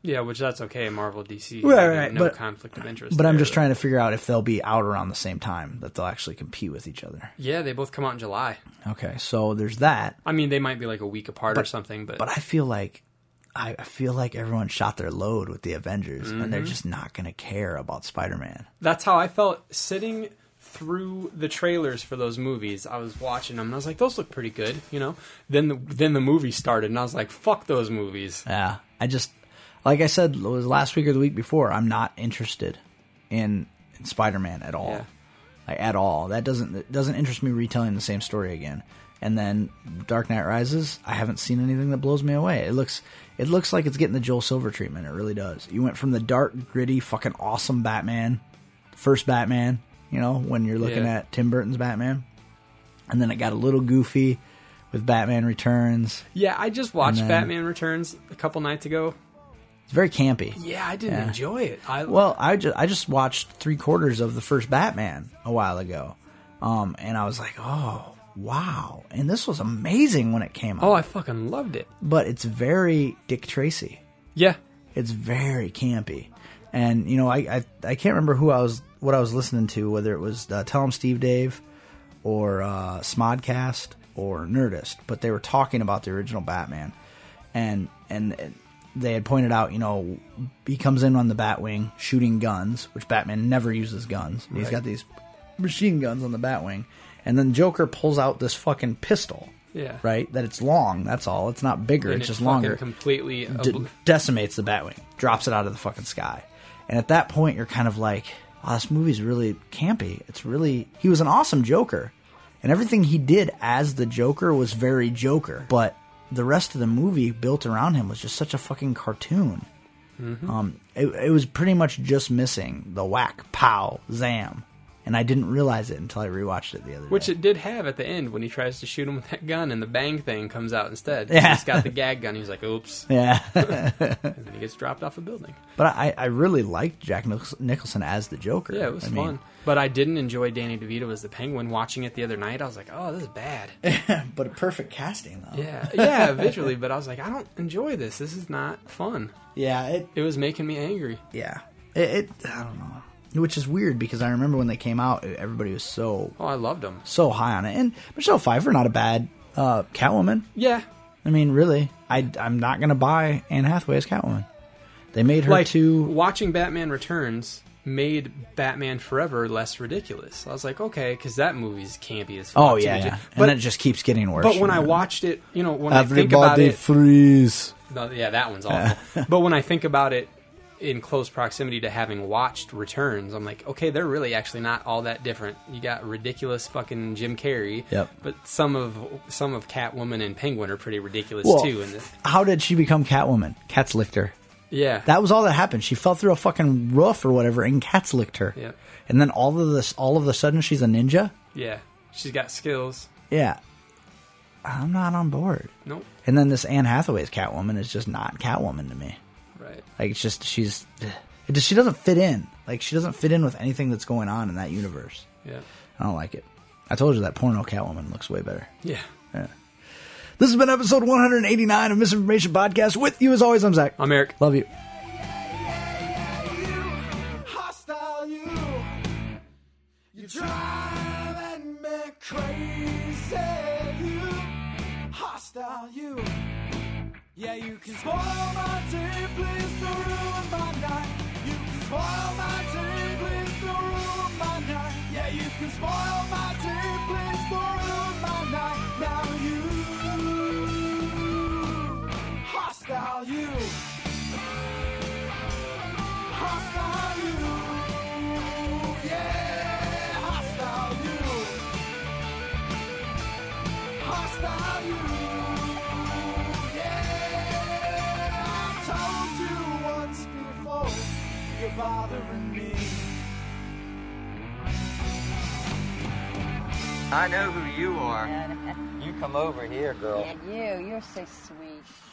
S6: Yeah, which that's okay. Marvel, DC,
S4: Right,
S6: there's
S4: right,
S6: no
S4: but-
S6: conflict of interest.
S4: But I'm
S6: there,
S4: just
S6: though.
S4: trying to figure out if they'll be out around the same time that they'll actually compete with each other.
S6: Yeah, they both come out in July.
S4: Okay, so there's that.
S6: I mean, they might be like a week apart or something, but,
S4: But I feel like I I feel like everyone shot their load with the Avengers, and they're just not going to care about Spider Man.
S6: that's how I felt sitting through the trailers for those movies. I was watching them and I was like, those look pretty good, you know. Then the then the movie started and I was like, fuck those movies.
S4: Yeah, I just like I said it was last week or the week before. I'm not interested in, in Spider-Man at all,
S6: Yeah.
S4: like at all. That doesn't it doesn't interest me retelling the same story again. And then Dark Knight Rises, I haven't seen anything that blows me away. It looks it looks like it's getting the Joel Silver treatment. It really does. You went from the dark, gritty, fucking awesome Batman, first Batman, you know, when you're looking
S6: Yeah.
S4: at Tim Burton's Batman, and then it got a little goofy with Batman Returns.
S6: Yeah, I just watched
S4: And then-
S6: Batman Returns a couple nights ago.
S4: It's very campy.
S6: Yeah, I didn't enjoy it. I
S4: Well, I just I just watched three quarters of the first Batman a while ago, um, and I was like, oh wow, and this was amazing when it came out.
S6: oh, I fucking loved it.
S4: but it's very Dick Tracy.
S6: Yeah,
S4: It's very campy, and you know I I, I can't remember who I was what I was listening to whether it was uh, Tell 'em Steve Dave or uh, Smodcast or Nerdist, but they were talking about the original Batman, and and they had pointed out, you know, he comes in on the Batwing shooting guns, which Batman never uses guns. He's got these machine guns on the Batwing, and then Joker pulls out this fucking pistol.
S6: Yeah.
S4: Right. That it's long. That's all. It's not bigger.
S6: and
S4: it's
S6: it
S4: just
S6: fucking
S4: longer
S6: Completely.
S4: d-
S6: obli-
S4: decimates the Batwing, drops it out of the fucking sky. And at that point, you're kind of like, oh, this movie's really campy. It's really. He was an awesome Joker. And everything he did as the Joker was very Joker. But the rest of the movie built around him was just such a fucking cartoon.
S6: Mm-hmm.
S4: Um, it, it was pretty much just missing the whack, pow, zam. And I didn't realize it until I rewatched it the other
S6: Which
S4: day.
S6: it did have at the end when he tries to shoot him with that gun and the bang thing comes out instead.
S4: Yeah.
S6: He's got the gag gun. He's like, oops.
S4: [LAUGHS] yeah.
S6: And then he gets dropped off a building.
S4: but I, I really liked Jack Nich- Nicholson as the Joker.
S6: Yeah, it was
S4: I mean,
S6: fun. but I didn't enjoy Danny DeVito as the penguin. Watching it the other night, I was like, oh, this
S4: [LAUGHS]
S6: is bad.
S4: But a perfect casting, though.
S6: Yeah, yeah, visually. But I was like, I don't enjoy this. This is not fun.
S4: Yeah, it
S6: It was making me angry.
S4: yeah. It, it I don't know, which is weird because I remember when they came out, everybody was so
S6: Oh, I loved them.
S4: so high on it. And Michelle Pfeiffer, not a bad uh, Catwoman.
S6: Yeah,
S4: I mean, really, I I'm not gonna buy Anne Hathaway as Catwoman. They made her
S6: like
S4: too.
S6: watching Batman Returns made Batman Forever less ridiculous. I was like, okay, because that movie's campy as fuck.
S4: Oh
S6: too.
S4: yeah, yeah.
S6: But,
S4: and it just keeps getting worse.
S6: but when I
S4: And-
S6: watched it, you know, when I think about
S4: everybody
S6: it,
S4: freeze.
S6: No, yeah, that one's awful.
S4: [LAUGHS]
S6: but when I think about it in close proximity to having watched Returns, I'm like, okay, they're really actually not all that different. You got ridiculous fucking Jim Carrey,
S4: Yep.
S6: but some of some of Catwoman and Penguin are pretty ridiculous
S4: Well,
S6: too. And the-
S4: how did she become Catwoman? Cats licked her.
S6: yeah,
S4: That was all that happened. She fell through a fucking roof or whatever, and cats licked her.
S6: Yep.
S4: And then all of this, all of a sudden, she's a ninja.
S6: yeah, she's got skills.
S4: Yeah, I'm not on board.
S6: Nope,
S4: And then this Anne Hathaway's Catwoman is just not Catwoman to me.
S6: right.
S4: Like it's just she's, it just, she doesn't fit in. Like she doesn't fit in with anything that's going on in that universe.
S6: Yeah,
S4: I don't like it. I told you that porno Catwoman looks way better.
S6: yeah.
S4: This has been episode 189 of Misinformation Podcast. With you as always, I'm Zach.
S6: I'm Eric.
S4: Love you.
S11: hostile you. You're driving me crazy. You hostile you. Yeah, you can spoil my day, please don't ruin my night. You can spoil my day, please don't ruin my night. Yeah, you can spoil my day, please don't ruin my night. Now you hostile you hostile you. Yeah, hostile you. Hostile you. Yeah, I told you once before, you're bothering me.
S1: I know who you are. You come over here, girl.
S8: You, you're so sweet.